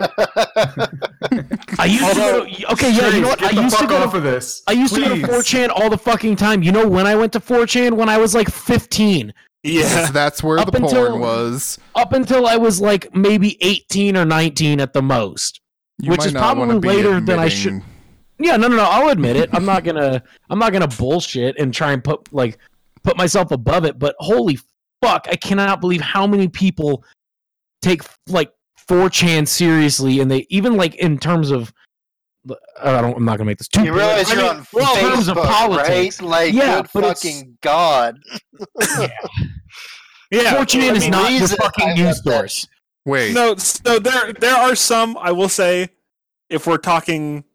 E: I used
D: Although-
E: to go to, okay, yeah, you know what?
A: get
E: I
A: the
E: used to
A: fuck
E: go to
A: off of this.
E: I used to go
A: Please.
E: to 4chan all the fucking time. You know when I went to 4chan? When I was like 15.
D: Yeah.
B: That's where the
E: Up
B: porn
E: until-
B: was.
E: Up until I was like maybe 18 or 19 at the most.
B: You
E: Which
B: might
E: is
B: not wanna
E: probably
B: be
E: later than I
B: admitting-
E: Yeah, no no no, I'll admit it. I'm not going to I'm not going to bullshit and try and put like put myself above it, but holy fuck, I cannot believe how many people take like 4chan seriously and they even like in terms of I don't I'm not going to make this too
C: you realize
E: I
C: you're
E: mean,
C: on
E: well, in terms of
C: Facebook,
E: politics.
C: right? Like,
E: Yeah,
C: good
E: but it's-
C: fucking god.
D: Yeah.
E: 4chan
C: I
E: is
C: mean,
E: not your
C: reason I
E: fucking
C: love
E: news
C: that
E: source.
B: Wait,
D: No, so there there are some. I will say, if we're talking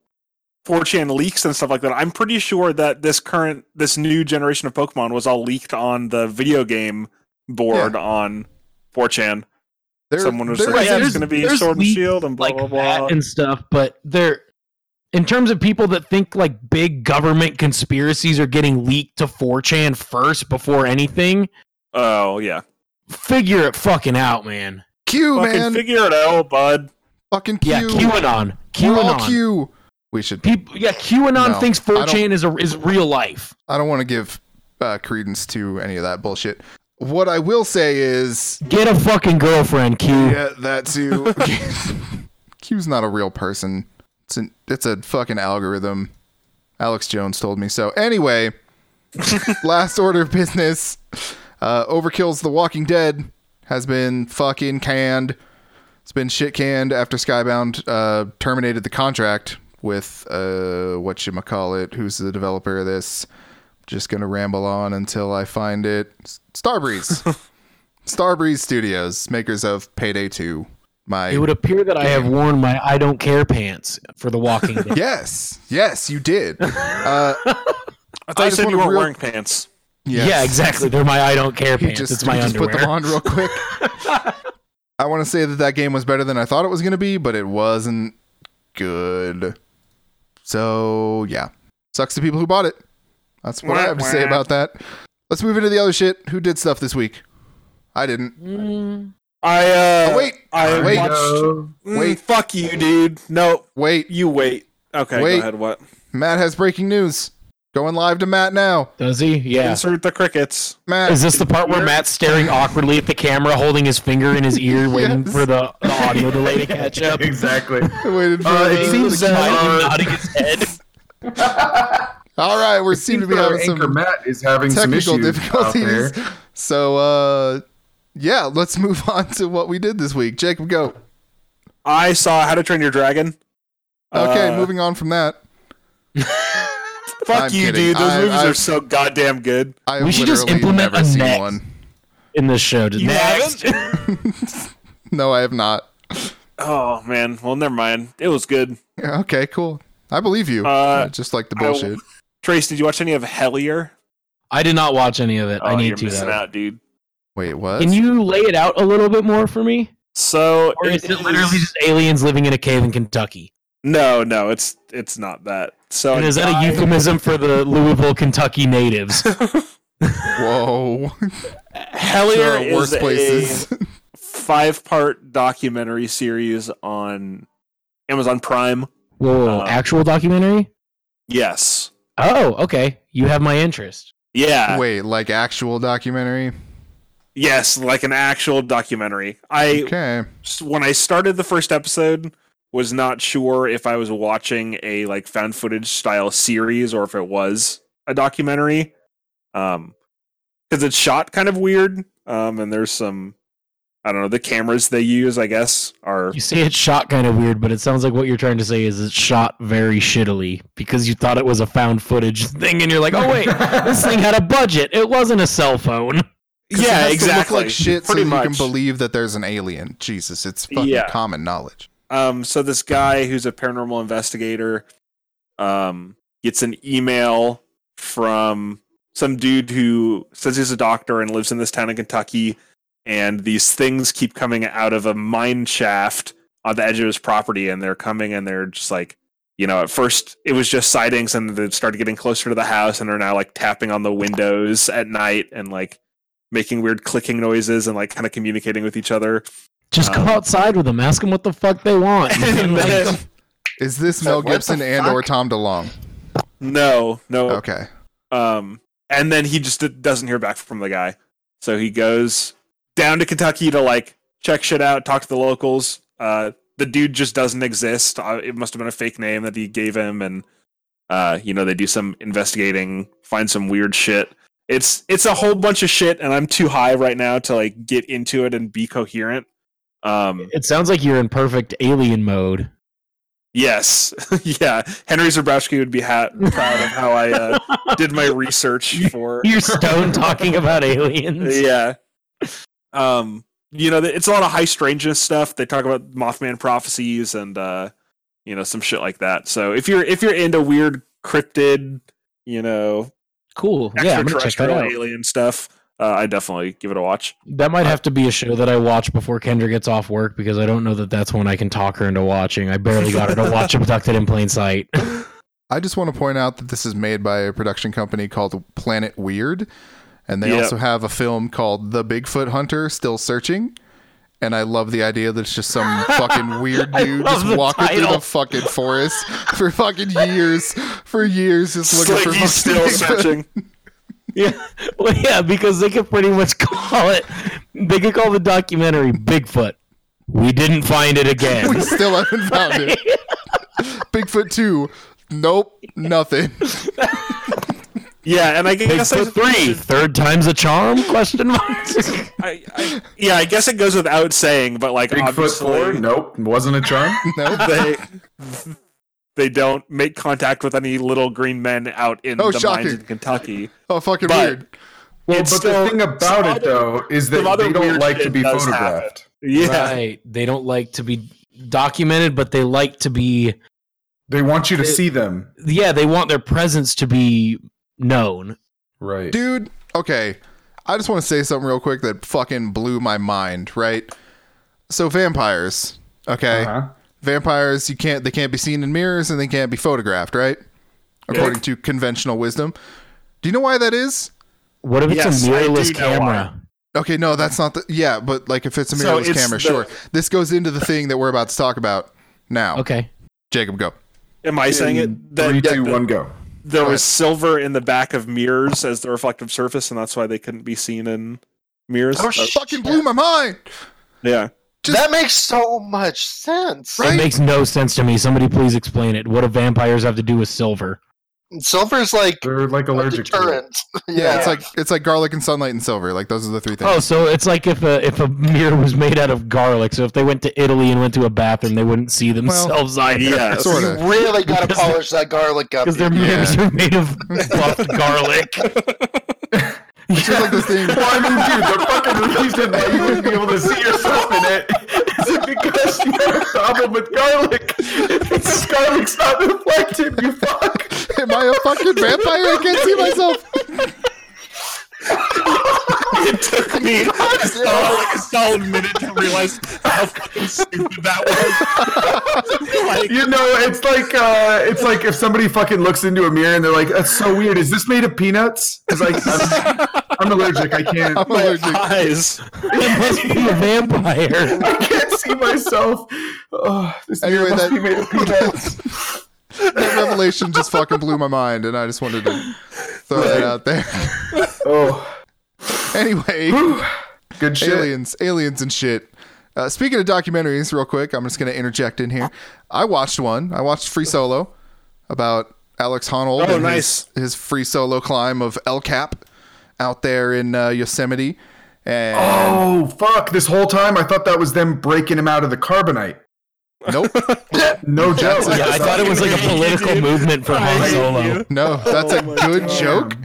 D: 4chan leaks and stuff like that, I'm pretty sure that this current this new generation of Pokemon was all leaked on the video game board on 4chan.
B: there-
D: Someone was
B: there-
D: like, "Yeah,
E: there's-
D: it's going to be
E: there's
D: Sword and
E: leaks
D: Shield and blah
E: like
D: blah blah."
E: that and stuff, but they're in terms of people that think like big government conspiracies are getting leaked to 4chan first before anything,
D: oh yeah,
E: figure it fucking out, man.
B: Q,
D: fucking
B: man.
D: figure it out, bud.
B: fucking Q.
E: Yeah, QAnon.
B: We're all
E: QAnon.
B: Q. We should
E: People, yeah, QAnon
B: No,
E: thinks
B: I don't-
E: 4chan is a, is real life.
B: I don't want to give uh, credence to any of that bullshit. What I will say is,
E: Get a fucking girlfriend, Q.
B: yeah, that too. Q's not a real person. It's an, it's a fucking algorithm. Alex Jones told me so. Anyway, last order of business. Uh, Overkill's The Walking Dead has been fucking canned. It's been shit canned after Skybound uh, terminated the contract with uh, what you call it? Who's the developer of this? Just gonna ramble on until I find it. S- Starbreeze, Starbreeze Studios, makers of Payday Two. My
E: It would appear that I have worn my I don't care pants for The Walking Dead.
B: yes, yes, you did. Uh,
D: I thought
B: I
D: you
B: just
D: said you
B: wanna
D: weren't
B: real-
D: wearing pants.
B: yes.
E: Yeah, exactly. They're my I don't care
B: He
E: pants.
B: just,
E: it's my
B: he just
E: underwear.
B: put them on real quick. I want to say that that game was better than I thought it was going to be, but it wasn't good. So yeah, sucks to people who bought it. That's what I have to say about that. Let's move into the other shit. Who did stuff this week? I didn't.
E: Mm.
D: I uh,
B: Oh, wait.
D: I
B: Wait.
D: watched.
A: No.
D: Mm,
B: Wait.
D: fuck you, dude. No,
B: Wait,
D: you wait. Okay,
B: Wait.
D: go ahead. What?
B: Matt has breaking news. Going live to Matt now.
E: Does he? Yeah.
D: Insert the crickets.
B: Matt,
E: Is this the part where
D: You're-
E: Matt's staring awkwardly at the camera, holding his finger in his ear, waiting
B: Yes.
E: for the, the audio delay to catch up?
A: Exactly.
B: I waited for
A: Uh, it
B: the-
A: seems
B: the-
A: that-
E: Smiling,
A: Uh,
E: nodding his head.
B: all right. We seem to be
A: Our
B: having
A: anchor
B: some
A: Matt is having some
B: technical
A: issues
B: difficulties.
A: out there.
B: So uh yeah, let's move on to what we did this week. Jacob, go.
D: I saw How to Train Your Dragon.
B: Okay,
D: Uh,
B: moving on from that.
D: Fuck
B: I'm
D: you,
B: kidding.
D: dude. Those
B: I-
D: movies
B: I-
D: are so goddamn good.
B: I
E: We should just
B: literally
E: implement
B: never
E: a
B: seen
E: net.
B: one.
E: In this show, did
D: haven't?
B: No, I have not.
D: oh man. Well, never mind. It was good.
B: Yeah, Okay, cool. I believe you.
D: Uh,
B: just like the
D: I-
B: bullshit.
D: Trace, did you watch any of Hellier?
E: I did not watch any of it. I
D: Oh,
E: need
D: you're
E: to.
D: missing
E: though.
D: out, dude.
B: Wait, what?
E: Can you lay it out a little bit more for me?
D: So,
E: Or is it literally just aliens living in a cave in Kentucky?
D: No, no. It's it's not that. So
E: And is that
D: guy-
E: a euphemism for the Louisville, Kentucky natives?
B: Whoa.
D: Hellier
B: Sure, worse
D: is
B: places.
D: a five-part documentary series on Amazon Prime.
E: Whoa,
D: Uh,
E: actual documentary?
D: Yes.
E: Oh, okay. You have my interest.
D: Yeah.
B: Wait, like actual documentary?
D: Yes, like an actual documentary. I
B: Okay.
D: s- when I started the first episode was not sure if I was watching a like found footage style series or if it was a documentary. Um cuz it's shot kind of weird um and there's some I don't know the cameras they use. I guess are
E: You say it's shot kind of weird, but it sounds like what you're trying to say is it's shot very shittily because you thought it was a found footage thing, and you're like, oh wait, this thing had a budget. It wasn't a cell phone.
B: 'Cause it has to Look like shit,
D: Pretty
B: so
D: much.
B: you can believe that there's an alien. Jesus, it's fucking
D: Yeah.
B: common knowledge.
D: um, so this guy who's a paranormal investigator um, gets an email from some dude who says he's a doctor and lives in this town in Kentucky, and these things keep coming out of a mine shaft on the edge of his property, and they're coming and they're just like, you know, at first it was just sightings, and they started getting closer to the house, and are now like tapping on the windows at night and like making weird clicking noises and like kind of communicating with each other.
E: Just go
D: Um,
E: outside with them. Ask them what the fuck they want.
D: And
E: Like,
D: then-
B: Is this
C: So
B: Mel
C: what the
B: Gibson and
C: fuck?
B: or Tom DeLong?
D: no, no,
B: Okay.
D: Um, and then he just d- doesn't hear back from the guy. So he goes down to Kentucky to like check shit out, talk to the locals. Uh, the dude just doesn't exist. Uh, It must have been a fake name that he gave him, and uh, you know they do some investigating, find some weird shit. It's it's a whole bunch of shit, and I'm too high right now to like get into it and be coherent. Um,
E: it sounds like you're in perfect alien mode.
D: yes, yeah, Henry Zabrowski would be ha- proud of how I uh, did my research for.
E: You're stone talking about aliens.
D: yeah. Um, you know, it's a lot of high strangeness stuff. They talk about Mothman prophecies and uh, you know, some shit like that. So if you're if you're into weird cryptid, you know,
E: Cool. Yeah, I'm gonna check that
D: extraterrestrial
E: out.
D: alien stuff, uh, I definitely give it a watch.
E: That might have to be a show that I watch before Kendra gets off work because I don't know that that's when I can talk her into watching. I barely got her to watch Abducted in Plain Sight.
B: I just want to point out that this is made by a production company called Planet Weird, and they
D: Yep.
B: also have a film called The Bigfoot Hunter: Still Searching. And I love the idea that it's just some fucking weird
E: I
B: dude
E: love
B: just
E: the
B: walking through
E: title.
B: the fucking forest for fucking years, for years, just looking for fucking
D: Slinky's still
B: Bigfoot.
D: searching.
E: Yeah, well, yeah, because they could pretty much call it. They could call the documentary Bigfoot. We didn't find it
B: We
E: again.
B: still haven't found it. Bigfoot two, nope, nothing.
D: Yeah, and I guess I
E: Bigfoot three, third time's a charm? Question mark.
D: I, I, yeah, I guess it goes without saying, but like
A: Bigfoot
D: obviously,
A: four? Nope, wasn't a charm.
B: Nope.
D: they they don't make contact with any little green men out in
B: Oh,
D: the
B: shocking.
D: mines in Kentucky.
B: Oh, fucking
D: But-
B: weird.
A: Well,
D: It's
A: but
D: still-
A: the thing about
D: some
A: it though is that
D: some other
A: they
D: weird
A: don't like to
D: shit
A: be
D: does
A: photographed.
D: Yeah,
E: Right. They don't like to be documented, but they like to be.
A: They want you to
E: It-
A: see them.
E: Yeah, they want their presence to be known.
A: Right.
B: dude okay i just want to say something real quick that fucking blew my mind right so vampires okay
A: Uh-huh.
B: vampires you can't they can't be seen in mirrors and they can't be photographed right according to conventional wisdom do you know why that is
E: What if it's
D: Yes,
E: a
D: I do
E: mirrorless
D: know why.
E: camera?
B: okay no that's not the yeah but like if it's a
D: So
B: mirrorless
D: it's
B: camera
D: the-
B: sure this goes into the thing that we're about to talk about now
E: Okay.
B: jacob go
D: am I saying
A: In
D: it? That,
A: three,
D: that
A: two,
D: the-
A: one, go.
D: There
B: Go
D: was
B: ahead.
D: silver in the back of mirrors as the reflective surface, and that's why they couldn't be seen in mirrors.
C: Oh,
D: Uh,
C: shit.
B: fucking blew my mind
D: yeah,
B: Just-
C: that makes so much sense.
B: Right?
E: It makes no sense to me. Somebody please explain it. What do vampires have to do with silver?
C: Silver's like
A: They're like
C: a
A: allergic to it.
C: deterrent.
B: yeah, it's like it's like garlic and sunlight and silver like those are the three things
E: Oh, so it's like if a if a mirror was made out of garlic. So if they went to Italy and went to a bathroom, they wouldn't see themselves either.
D: yeah.
B: Sort of.
C: you really gotta
E: Because-
C: polish that garlic up.
E: because their
B: Yeah.
E: mirrors are made of buffed garlic.
B: it's just like this thing
A: Well, I mean, dude, the fucking reason why you wouldn't be able to see yourself in it is because you have a problem with garlic. Because garlic's not reflective, you fuck.
B: Am I a fucking vampire? I can't see myself.
D: it took me a solid, like a solid minute to realize how fucking stupid that was. like,
A: You know, it's like uh, it's like if somebody fucking looks into a mirror and they're like, "That's so weird. Is this made of peanuts?" Because like, I'm, I'm allergic. I can't.
B: I'm
D: my
B: allergic.
D: eyes.
E: It must be a vampire.
A: I can't see myself. Oh, this
B: Anyway,
A: mirror must
B: that-
A: be made of peanuts.
B: That revelation just fucking blew my mind, and I just wanted to throw that out there.
A: oh,
B: Anyway,
A: good shit.
B: aliens, aliens, and shit. Uh, speaking of documentaries, real quick, I'm just gonna interject in here. I watched one. I watched Free Solo about Alex Honnold.
A: Oh,
B: and his-
D: nice.
B: His, free solo climb of El Cap out there in uh, Yosemite, And
A: Oh fuck! This whole time I thought that was them breaking him out of the carbonite.
B: nope,
A: No joke.
B: That's-
E: Yeah, I thought it was like a political movement for Han Solo.
B: no, that's a
D: Oh my
B: good
D: God.
B: joke,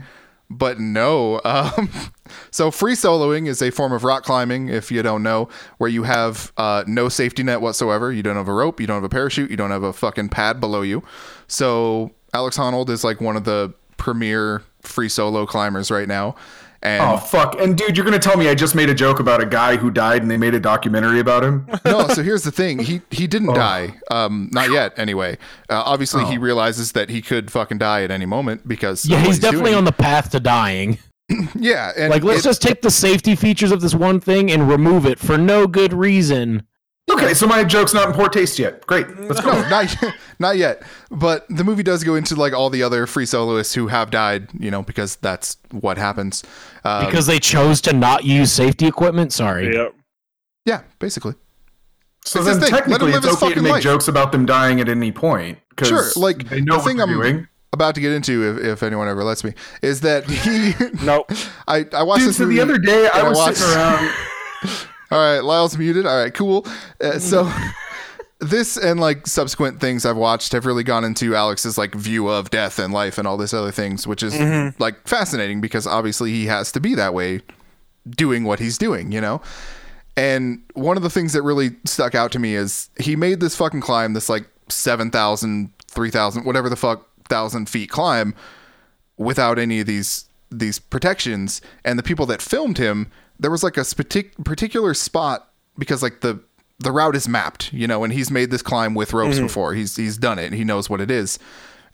B: but no. Um, so free soloing is a form of rock climbing, if you don't know, where you have uh, no safety net whatsoever. You don't have a rope, you don't have a parachute, you don't have a fucking pad below you. So Alex Honnold is like one of the premier free solo climbers right now. And
A: Oh fuck! And dude, you're gonna tell me I just made a joke about a guy who died and they made a documentary about him?
B: no, so here's the thing. He he
D: Oh.
B: didn't die. Um, not yet. Anyway, uh, obviously he realizes that he could fucking die at any moment because of
E: Yeah,
B: what
E: he's definitely
B: doing.
E: on the path to dying.
B: Yeah, and
E: Like, let's
B: it-
E: just take the safety features of this one thing and remove it for no good reason.
A: Okay, so my joke's not in poor taste yet. Great, let's go.
B: no, not yet- not yet. But the movie does go into like all the other free soloists who have died. You know, because that's what happens. Uh,
E: Because they chose to not use safety equipment. Sorry.
D: Yep.
B: yeah, basically.
A: So
B: It's
A: then
B: his thing. Let him
A: technically,
B: live
A: it's
B: his
A: okay to
B: fucking
A: make
B: life.
A: jokes about them dying at any point. 'cause
B: Sure, like,
A: they know
B: the
A: what
B: thing
A: they're
B: I'm-
A: doing.
B: About to get into if, if anyone ever lets me is that he.
D: Nope.
B: I I watched
A: Dude,
B: this
A: so
B: movie.
A: the other day I
B: and I
A: was
B: watched-
A: sitting around.
B: All right, Lyle's muted. All right, cool. Uh, so this and like subsequent things I've watched have really gone into Alex's like view of death and life and all this other things, which is like fascinating because obviously he has to be that way doing what he's doing, you know. And one of the things that really stuck out to me is he made this fucking climb, this like 7,000, 3,000, whatever the fuck, thousand feet climb without any of these these protections and the people that filmed him there was like a spartic- particular spot because like the the route is mapped you know and he's made this climb with ropes before he's he's done it and he knows what it is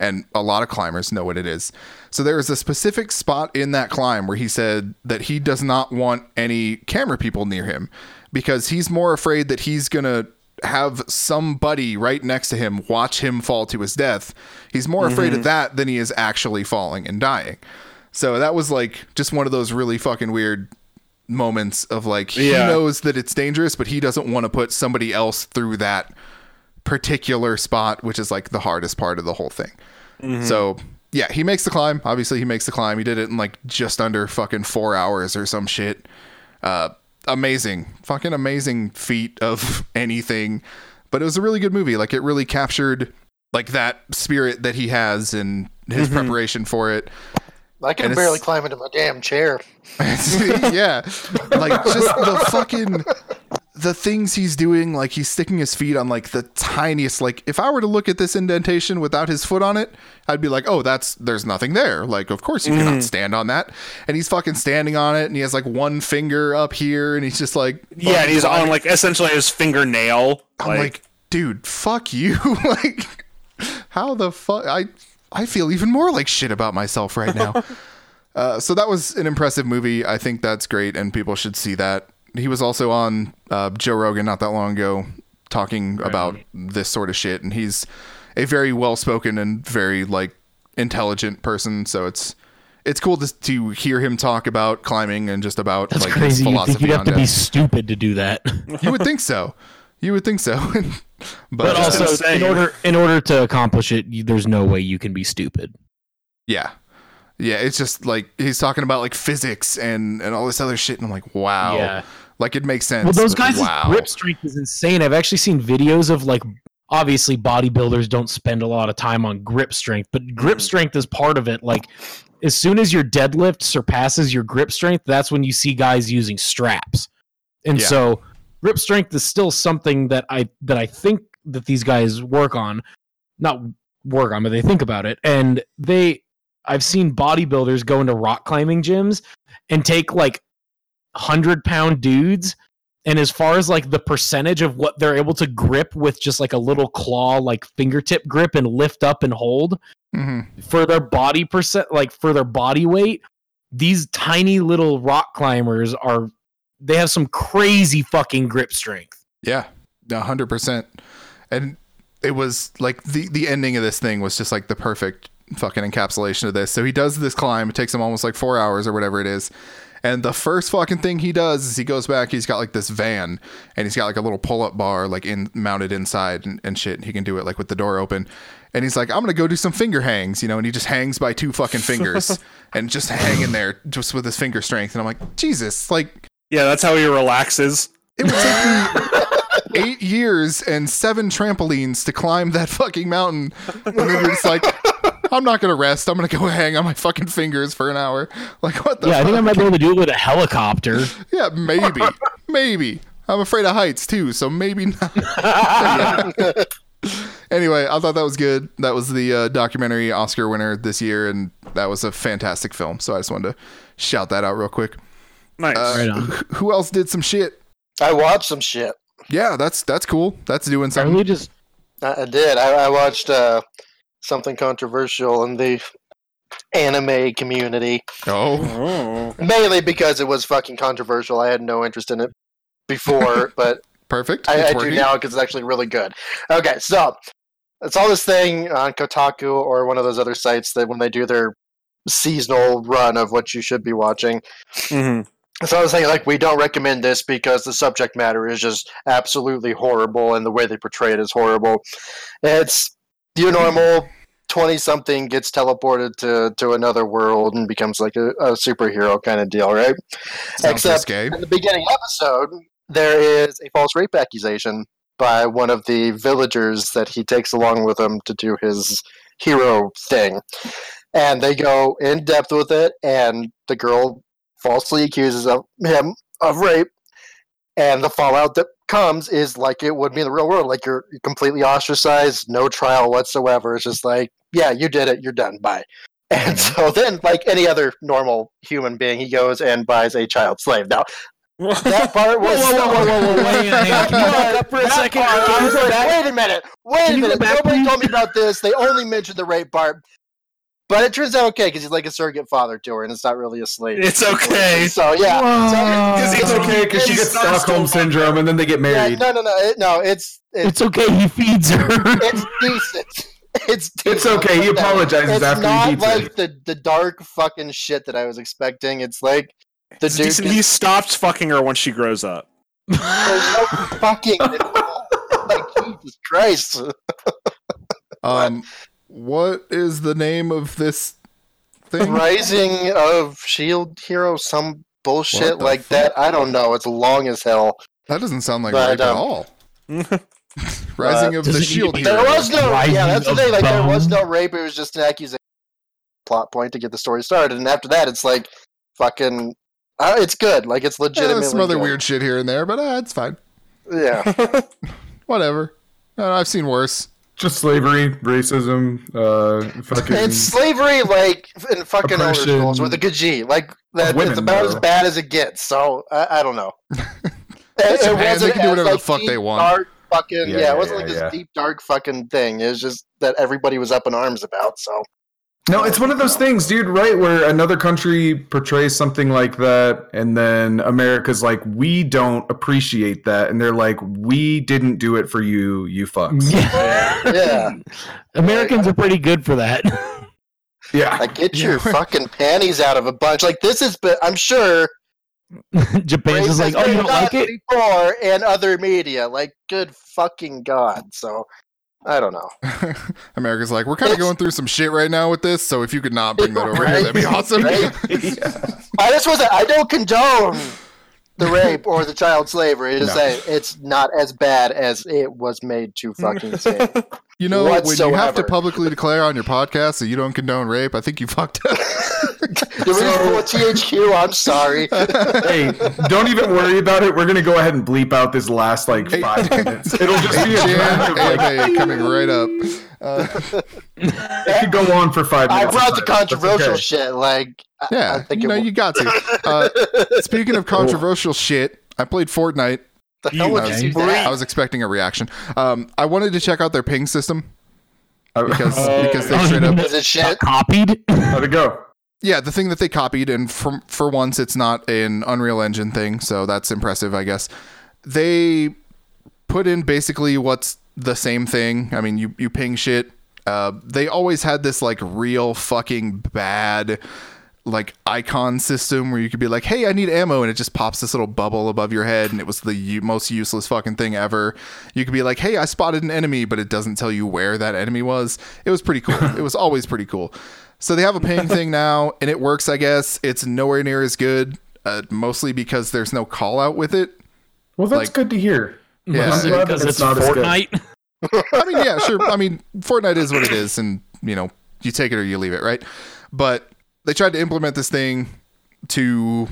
B: and a lot of climbers know what it is so there is a specific spot in that climb where he said that he does not want any camera people near him because he's more afraid that he's going to have somebody right next to him watch him fall to his death. He's more afraid of that than he is actually falling and dying. So that was like just one of those really fucking weird moments of like he
D: Yeah.
B: knows that it's dangerous, but he doesn't want to put somebody else through that particular spot, which is like the hardest part of the whole thing. So yeah, he makes the climb. Obviously, he makes the climb. He did it in like just under fucking four hours or some shit. Uh, amazing, fucking amazing feat of anything. But it was a really good movie. Like it really captured like that spirit that he has and his preparation for it.
C: I can
B: And it's-
C: barely climb into my damn chair.
B: yeah. Like just the fucking the things he's doing, like he's sticking his feet on like the tiniest like if I were to look at this indentation without his foot on it, I'd be like, "Oh, that's there's nothing there." Like, of course you cannot stand on that. And he's fucking standing on it and he has like one finger up here and he's just like
D: Yeah, and he's
B: fucking
D: on like essentially his fingernail.
B: I'm like, dude, fuck you. like, how the fuck? I I feel even more like shit about myself right now. uh, so that was an impressive movie. I think that's great, and people should see that. He was also on uh, Joe Rogan not that long ago, talking about this sort of shit, and he's a very well spoken and very like intelligent person. So it's. It's cool to, to hear him talk about climbing and just about
E: That's
B: like his
E: crazy. You
B: philosophy
E: think you'd have
B: on
E: to
B: death.
E: be stupid to do that.
B: You would think so. You would think so. but,
E: But
B: uh,
E: also, in
D: insane.
E: order in order to accomplish it, you, there's no way you can be stupid.
B: yeah. Yeah, it's just like he's talking about like physics and and all this other shit and I'm like, wow.
E: Yeah.
B: Like it makes sense.
E: Well, those
B: but
E: guys' grip strength is insane. I've actually seen videos of like obviously bodybuilders don't spend a lot of time on grip strength, but
B: Mm.
E: grip strength is part of it. Like as soon as your deadlift surpasses your grip strength, that's when you see guys using straps. And
B: Yeah.
E: so grip strength is still something that I that I think that these guys work on. Not work on, but they think about it. And they I've seen bodybuilders go into rock climbing gyms and take like hundred pound dudes and as far as like the percentage of what they're able to grip with just like a little claw, like fingertip grip and lift up and hold
B: hmm
E: for their body percent, like for their body weight, these tiny little rock climbers are, they have some crazy fucking grip strength.
B: Yeah. A hundred percent. And it was like the the ending of this thing was just like the perfect fucking encapsulation of this. So he does this climb, it takes him almost like four hours or whatever it is. And the first fucking thing he does is he goes back, he's got like this van and he's got like a little pull up bar like in mounted inside and, and shit. He can do it like with the door open. And he's like, I'm gonna go do some finger hangs, you know, and he just hangs by two fucking fingers and just hanging there just with his finger strength. And I'm like, Jesus, like
D: Yeah, that's how he relaxes.
B: It would take me eight years and seven trampolines to climb that fucking mountain. And then you're just like, I'm not gonna rest. I'm gonna go hang on my fucking fingers for an hour. Like what the?
E: yeah, I think I
B: fuck?
E: might be able to do it with a helicopter.
B: yeah, maybe, maybe. I'm afraid of heights too, so maybe not. anyway, I thought that was good. That was the uh, documentary Oscar winner this year, and that was a fantastic film. So I just wanted to shout that out real quick.
D: Nice.
B: Uh,
E: Right on.
B: Who else did some shit?
C: I watched some shit.
B: Yeah, that's that's cool. That's doing
E: I
B: something.
E: really just
C: I, I did. I, I watched uh, something controversial in the anime community,
B: Oh,
D: Oh.
C: mainly because it was fucking controversial. I had no interest in it before, but
B: perfect.
C: I,
B: It's
C: I do
B: working.
C: now because it's actually really good. Okay, so I saw this thing on Kotaku or one of those other sites that when they do their seasonal run of what you should be watching.
D: Mhm.
C: So I was thinking, like, we don't recommend this because the subject matter is just absolutely horrible, and the way they portray it is horrible. It's your normal twenty something gets teleported to to another world and becomes like a, a superhero kind of deal, right?
B: Sounds
C: Except
B: risque.
C: in the beginning episode, there is a false rape accusation by one of the villagers that he takes along with him to do his hero thing. And they go in depth with it, and the girl falsely accuses of him of rape. And the fallout that comes is like it would be in the real world. Like you're you're completely ostracized, no trial whatsoever. It's just like, yeah, you did it, you're done, bye. And so then, like any other normal human being, he goes and buys a child slave. Now, that part was.
E: hang on, hang on. Can you back up for a
C: That
E: second?
C: part,
E: Can
C: I
E: you
C: was
E: go
C: like,
E: back?
C: wait a minute. Wait
E: Can
C: a
E: you go
C: minute.
E: back,
C: Nobody
E: please?
C: told me about this. They only mentioned the rape part. But it turns out okay because he's like a surrogate father to her, and it's not really a slave.
D: It's okay.
C: So yeah. So,
A: Because "Oh, it's okay because she gets Stockholm syndrome and then they get
C: yeah,
A: married.
C: no, no, no, it- no. It's it's
E: It's okay. He feeds her.
C: it's decent. It's decent.
A: It's okay. He
C: Like that.
A: apologizes
C: It's
A: after
C: not
A: he beats
C: like
A: it.
C: the the dark fucking shit that I was expecting. It's like the dude.
D: Decent- He stops fucking her once she grows up.
C: There's no fucking. like Jesus Christ.
B: Um, what is the name of this thing?
C: Rising of Shield E Hero, some bullshit
B: What the
C: like that. I don't know. It's long as hell.
B: That doesn't sound like
C: But,
B: rape at
C: um,
B: all. Rising of
E: does
B: the
E: it need to
B: Shield
E: be-
B: Hero. Uh,
C: There was no. Yeah,
E: Rising
C: that's the
E: of
C: thing. Like there was
E: Bone?
C: no rape. It was just an accusation plot point to get the story started. And after that, it's like fucking. Uh, it's good. Like it's
B: Yeah,
C: legitimately
B: there's some other
C: good.
B: weird shit here and there, but uh, it's fine.
C: Yeah.
B: Whatever. Uh, I've seen worse.
A: Just slavery, racism, uh, fucking.
C: It's slavery, like in fucking older
A: Oppression
C: schools with a good G. Like that,
A: of women,
C: it's about as
A: though.
C: bad as it gets. So I, I don't know.
B: It's Japan, they can do
C: as,
B: whatever the fuck
C: deep,
B: they want.
C: Dark fucking yeah,
A: Yeah, yeah,
C: it wasn't like
A: yeah,
C: this
A: yeah.
C: deep dark fucking thing. It was just that everybody was up in arms about. So
A: No, it's one of those things, dude, right? Where another country portrays something like that, and then America's like, we don't appreciate that. And they're like, we didn't do it for you, you fucks.
E: Yeah.
C: yeah,
E: Americans are pretty good for that.
A: Yeah.
C: like get
B: Yeah.
C: your fucking panties out of a bunch. Like this is, but I'm sure
E: Japan's
C: race
E: just like,
C: has
E: oh, you
C: been
E: don't
C: done
E: like it?
C: before and other media. Like good fucking god. So I don't know.
B: America's like, we're kind of
C: It's-
B: going through some shit right now with this, so if you could not bring that over here, that'd be awesome.
C: Right? I just was I don't condone the rape or the child slavery. Just
A: No.
C: say it's not as bad as it was made to fucking seem.
B: You know, when you have to
C: Whatsoever.
B: publicly declare on your podcast that you don't condone rape, I think you fucked up.
C: The reason for THQ, I'm sorry.
A: hey, don't even worry about it. We're going to go ahead and bleep out this last, like, five minutes. It'll just be a draft of,
B: Jan,
A: like,
B: AMA coming right up. Uh,
A: it could go on for five
C: I
A: minutes.
C: brought the
A: That's okay.
C: controversial shit. Like, I- I
B: yeah,
C: think
B: you know,
C: it
B: you got to. Uh, speaking of controversial shit, I played Fortnite
C: the hell would you do
E: Nice.
B: I
C: that?
B: was expecting a reaction. Um, I wanted to check out their ping system because
A: How-
B: because they
E: Oh,
B: straight up
E: yeah.
C: Is it shit?
E: Got copied?
A: How'd it go?
B: yeah the thing that they copied and for for once it's not an Unreal Engine thing so that's impressive I guess they put in basically what's the same thing. I mean you you ping shit. Uh, they always had this like real fucking bad like icon system where you could be like, "Hey, I need ammo," and it just pops this little bubble above your head, and it was the u- most useless fucking thing ever. You could be like, "Hey, I spotted an enemy," but it doesn't tell you where that enemy was. It was pretty cool. it was always pretty cool. So they have a ping thing now, and it works, I guess. It's nowhere near as good uh, mostly because there's no call out with it.
A: Well, that's
B: Like-
A: good to hear.
B: Yeah.
A: I'm glad
E: because
A: that
E: it's,
A: not as good.
E: Fortnite.
B: I mean, yeah, sure. I mean, Fortnite is what it is, and you know, you take it or you leave it, right? But they tried to implement this thing to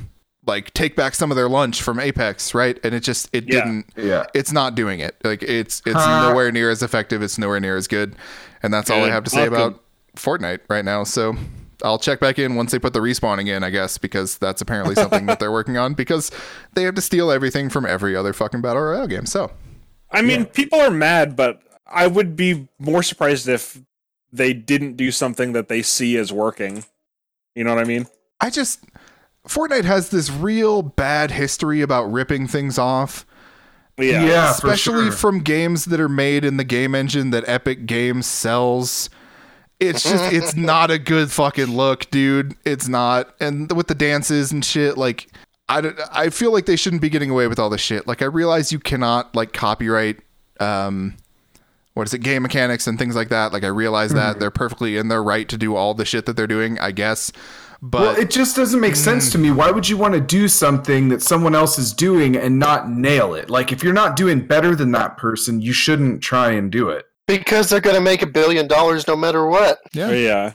B: like take back some of their lunch from Apex, right? And it just it
D: Yeah.
B: didn't.
A: Yeah.
B: It's not doing it. Like it's it's
A: Huh.
B: nowhere near as effective. It's nowhere near as good. And that's all I
D: Good.
B: have to say
D: Welcome.
B: about Fortnite right now. So. I'll check back in once they put the respawning in, I guess, because that's apparently something that they're working on because they have to steal everything from every other fucking battle royale game. So,
D: I mean, people are mad, but I would be more surprised if they didn't do something that they see as working. You know what I mean?
B: I just Fortnite has this real bad history about ripping things off,
A: Yeah, Ah, for
B: especially
A: sure.
B: from games that are made in the game engine that Epic Games sells. It's just it's not a good fucking look, dude. It's not. And with the dances and shit, like I don't, I feel like they shouldn't be getting away with all this shit. Like I realize you cannot like copyright um what is it game mechanics and things like that. Like I realize
A: Mm-hmm.
B: that they're perfectly in their right to do all the shit that they're doing, I guess. But
A: Well, it just doesn't make sense to me. Why would you want to do something that someone else is doing and not nail it? Like, if you're not doing better than that person, you shouldn't try and do it.
C: Because they're going to make a billion dollars no matter what.
B: yeah.
D: yeah.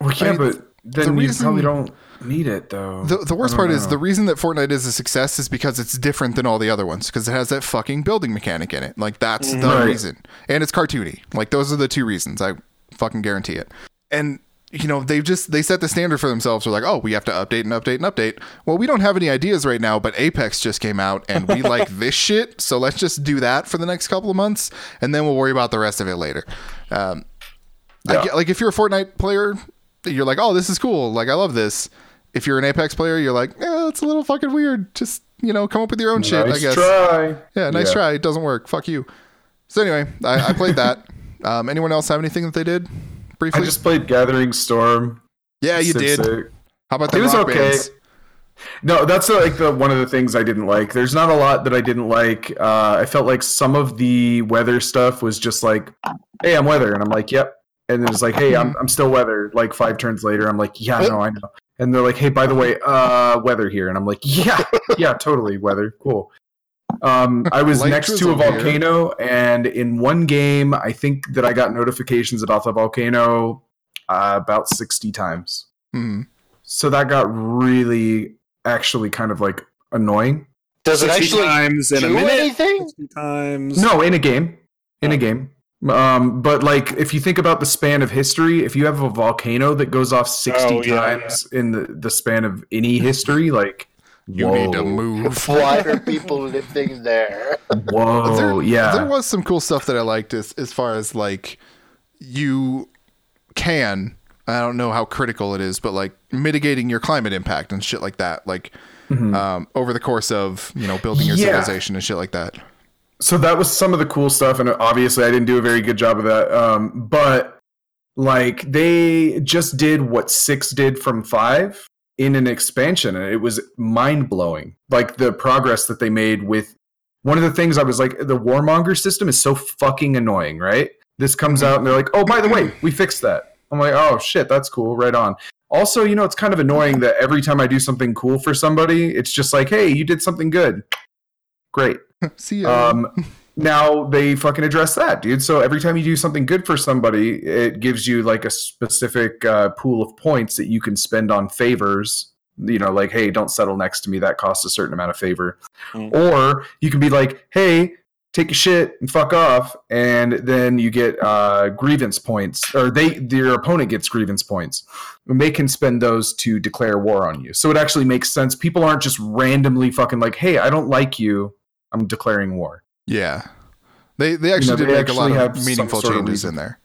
A: Well, yeah,
B: mean,
A: but then
B: the
A: you
B: reason-
A: probably don't need it, though.
B: The, the worst
A: I don't
B: part is
A: know.
B: the reason that Fortnite is a success is because it's different than all the other ones because it has that fucking building mechanic in it. Like that's the
A: Right.
B: reason, and it's cartoony. Like those are the two reasons. I fucking guarantee it. And you know they've just they set the standard for themselves. They're like, oh, we have to update and update and update. Well, we don't have any ideas right now, but Apex just came out and we like this shit, so let's just do that for the next couple of months, and then we'll worry about the rest of it later. Um, I
A: Yeah.
B: get- like if you're a Fortnite player, you're like, oh, this is cool. Like I love this. If you're an Apex player, you're like, yeah, it's a little fucking weird. Just you know, come up with your own shit. I
A: nice
B: guess.
A: try.
B: Yeah, nice
A: Yeah.
B: try. It doesn't work. Fuck you. So anyway, I, I played that. um, anyone else have anything that they did
A: I
B: briefly?
A: just played Gathering Storm.
B: yeah, you
A: Sim
B: did.
A: Sick.
B: How about
A: It
B: the
A: was
B: rock
A: okay.
B: bands?
A: No, that's like the one of the things I didn't like. There's not a lot that I didn't like. Uh, I felt like some of the weather stuff was just like, "Hey, I'm weather," and I'm like, "Yep," and then it's like, "Hey, I'm I'm still weather." Like five turns later, I'm like, "Yeah, no, I know." And they're like, "Hey, by the way, uh, weather here," and I'm like, "Yeah, yeah, totally weather, cool." Um, I was
B: Light
A: next to a
B: drizzle here.
A: volcano, and in one game, I think that I got notifications about the volcano uh, about sixty times.
B: Mhm.
A: So that got really actually kind of like annoying.
C: Does it
D: 60
C: actually
D: times in a
C: do
D: minute.
C: anything?
D: 60 times.
A: No, in a game. In
D: Oh.
A: a game. Um, but like if you think about the span of history, if you have a volcano that goes off 60
D: Oh, yeah,
A: times in the, the span of any history, like
B: You
A: whoa,
B: need to move.
C: Why are people living there?
A: Whoa,
B: There-
A: yeah.
B: There was some cool stuff that I liked as as far as like you can I don't know how critical it is, but like mitigating your climate impact and shit like that. Like
A: Mhm.
B: um, over the course of you know building your
A: Yeah.
B: civilization and shit like that.
A: so that was some of the cool stuff and obviously i didn't do a very good job of that um, but like they just did what six did from five in an expansion and it was mind-blowing like the progress that they made with one of the things i was like the warmonger system is so fucking annoying right this comes out and they're like oh by the way we fixed that i'm like oh shit that's cool right on also you know it's kind of annoying that every time i do something cool for somebody it's just like hey you did something good great
B: See, ya.
A: um, now they fucking address that, dude. So every time you do something good for somebody, it gives you like a specific uh, pool of points that you can spend on favors. You know, like, hey, don't settle next to me. That costs a certain amount of favor.
D: Mm.
A: Or you can be like, hey, take a shit and fuck off, and then you get uh, grievance points, or they your opponent gets grievance points, and they can spend those to declare war on you. So it actually makes sense. People aren't just randomly fucking like, hey, I don't like you. I'm declaring war.
B: yeah, they they actually
A: know,
B: did
A: they
B: make
A: actually
B: a lot
A: have
B: of
A: some
B: meaningful
A: sort of
B: changes
A: reason.
B: in there.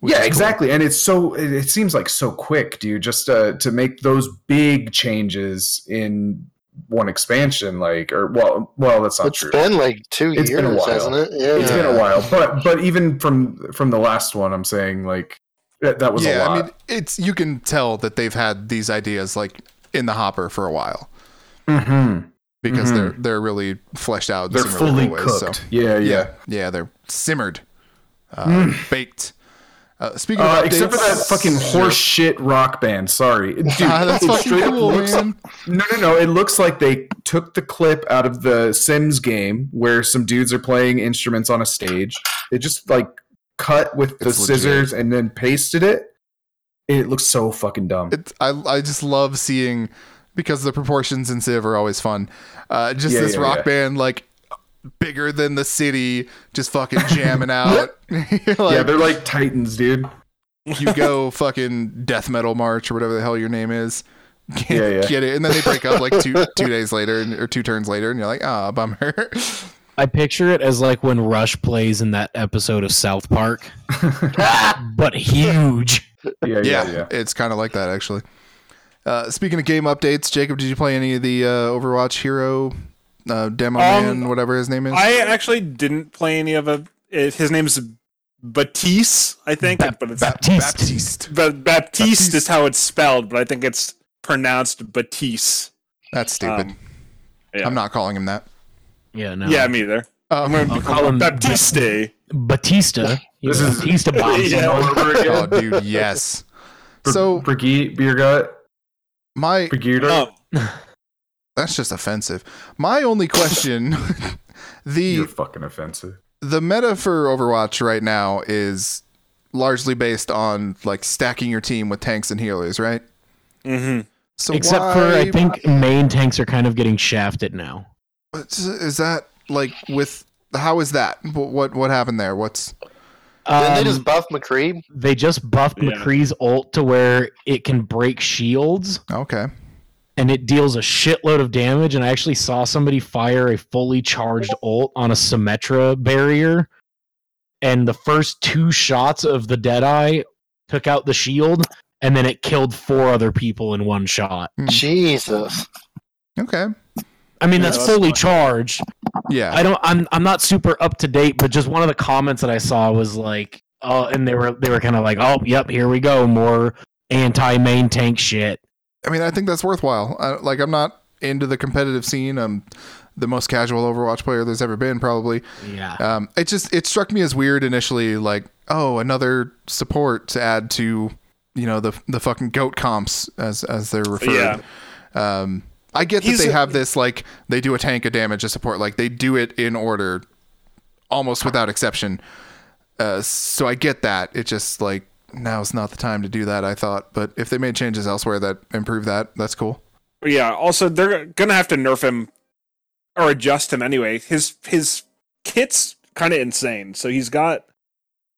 B: which is
A: yeah,
B: cool.
A: exactly. And it's so it, it seems like so quick, dude, just uh, to make those big changes in one expansion like or well well that's not
C: It's
A: true.
C: been like two
A: It's
C: years,
A: been a while.
C: hasn't it? Yeah.
A: It's been a while, but but even from from the last one I'm saying like that, that was a
B: Yeah,
A: lot.
B: I mean, it's you can tell that they've had these ideas like in the hopper for a while
A: Mhm.
B: because
A: Mhm.
B: they're they're really fleshed out. in
A: They're
B: some
A: fully
B: really cool ways, so-
A: cooked. Yeah, yeah.
B: yeah, yeah, they're simmered, uh, baked. Uh, speaking
A: Uh,
B: of updates,
A: except for that fucking horse shit rock band. Sorry, dude.
B: Ah, that's
A: it
B: fucking
A: straight up
B: cool,
A: looks-
B: man.
A: No, no, no. It looks like they took the clip out of the Sims game where some dudes are playing instruments on a stage. They just like cut with the
B: It's legit.
A: scissors and then pasted it. It looks so fucking dumb.
B: It's, I I just love seeing because the proportions in Civ are always fun. Uh, just
A: Yeah,
B: this
A: yeah,
B: rock
A: yeah.
B: band like bigger than the city, just fucking jamming out. You're
A: yeah,
B: like,
A: they're like titans, dude.
B: you go fucking death metal march or whatever the hell your name is. Get,
A: Yeah, yeah.
B: get it, and then they break up like two two days later and- or two turns later, and you're like, ah, bummer.
E: I picture it as like when Rush plays in that episode of South Park, but huge.
A: Yeah, yeah,
B: yeah,
A: yeah.
B: it's kind of like that actually. Uh, speaking of game updates, Jacob, did you play any of the uh, Overwatch hero uh, demo
D: Um,
B: man, whatever his name is?
D: I actually didn't play any of it. It- His name's Batiste, I think, but it's
E: Baptiste.
D: but Baptiste is how it's spelled, but I think it's pronounced Batiste.
B: That's stupid.
D: Um, yeah.
B: I'm not calling him that.
E: Yeah, no.
D: Yeah, me either.
B: Um,
E: I'll call
A: Hmm.
E: him
D: Baptiste.
E: Batista. You
A: This
E: know,
A: is-
E: Batista bombs.
D: Yeah.
E: him.
A: All over
B: oh,
A: again.
B: dude, yes. So
A: Brigitte, beer gut,
B: my
A: Brigitte.
D: Oh,
B: that's just offensive. My only question,
A: You're
B: the
A: fucking offensive.
B: the meta for Overwatch right now is largely based on like stacking your team with tanks and healers, right?
D: hmm
B: So
E: Except
B: why,
E: for I think main tanks are kind of getting shafted now.
B: is that like with how is that? What what, what happened there? What's
C: Didn't they
E: Um,
C: just buff McCree?
A: mm.
E: they just buffed
D: Yeah.
E: McCree's ult to where it can break shields
B: okay?
E: and it deals a shitload of damage. And I actually saw somebody fire a fully charged ult on a Symmetra barrier. And the first two shots of the Deadeye took out the shield, and then it killed four other people in one shot.
C: Jesus.
B: Okay,
E: I mean,
D: Yeah,
E: that's
D: that's
E: fully charged.
B: yeah,
E: I don't. I'm. I'm not super up to date, but just one of the comments that I saw was like, "Oh," and they were they were kind of like, "Oh, yep, here we go, more anti-main tank shit."
B: I mean, I think that's worthwhile. I, like, I'm not into the competitive scene. I'm the most casual Overwatch player there's ever been, probably.
E: Yeah.
B: Um, it just it struck me as weird initially, like, oh, another support to add to, you know, the the fucking goat comps as as they're referred. Yeah. Um, I get that
D: He's
B: they
D: a-
B: have this like they do a tank of damage a support, like they do it in order, almost without exception. Uh, so I get that. It just like now's not the time to do that. I thought, but if they made changes elsewhere that improve that, that's cool.
D: Yeah. Also, they're gonna have to nerf him or adjust him anyway. His his kit's kind of insane. So he's got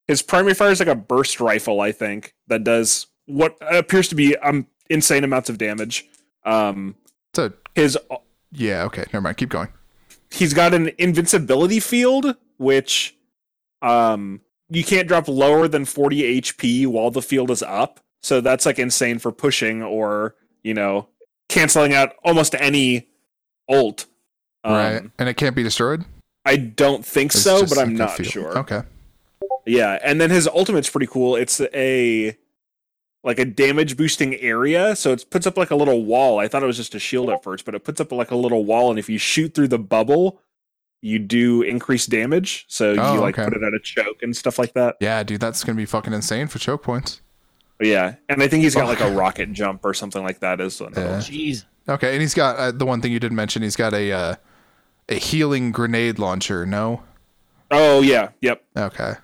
D: his primary fire is like a burst rifle, I think, that does what appears to be um insane amounts of damage. Um,
B: So
D: his
B: yeah, okay, never mind. Keep going.
D: he's got an invincibility field which um you can't drop lower than 40 hp while the field is up so that's like insane for pushing or you know canceling out almost any ult um,
B: right, and it can't be destroyed.
D: i don't think
B: It's
D: so
B: just
D: but i'm
B: like a
D: not
B: field.
D: sure
B: Okay.
D: yeah and then his ultimate's pretty cool it's a like a damage boosting area so it puts up like a little wall i thought it was just a shield at first but it puts up like a little wall and if you shoot through the bubble you do increase damage so
B: Oh,
D: you like
B: okay.
D: put it at a choke and stuff like that
B: Yeah, dude, that's gonna be fucking insane for choke points.
D: But yeah and i think he's got like a rocket jump or something like that as well
B: Oh. Yeah.
E: Jeez.
B: Okay, and he's got uh, the one thing you did mention. He's got a uh, a healing grenade launcher. No.
D: oh yeah yep
B: Okay.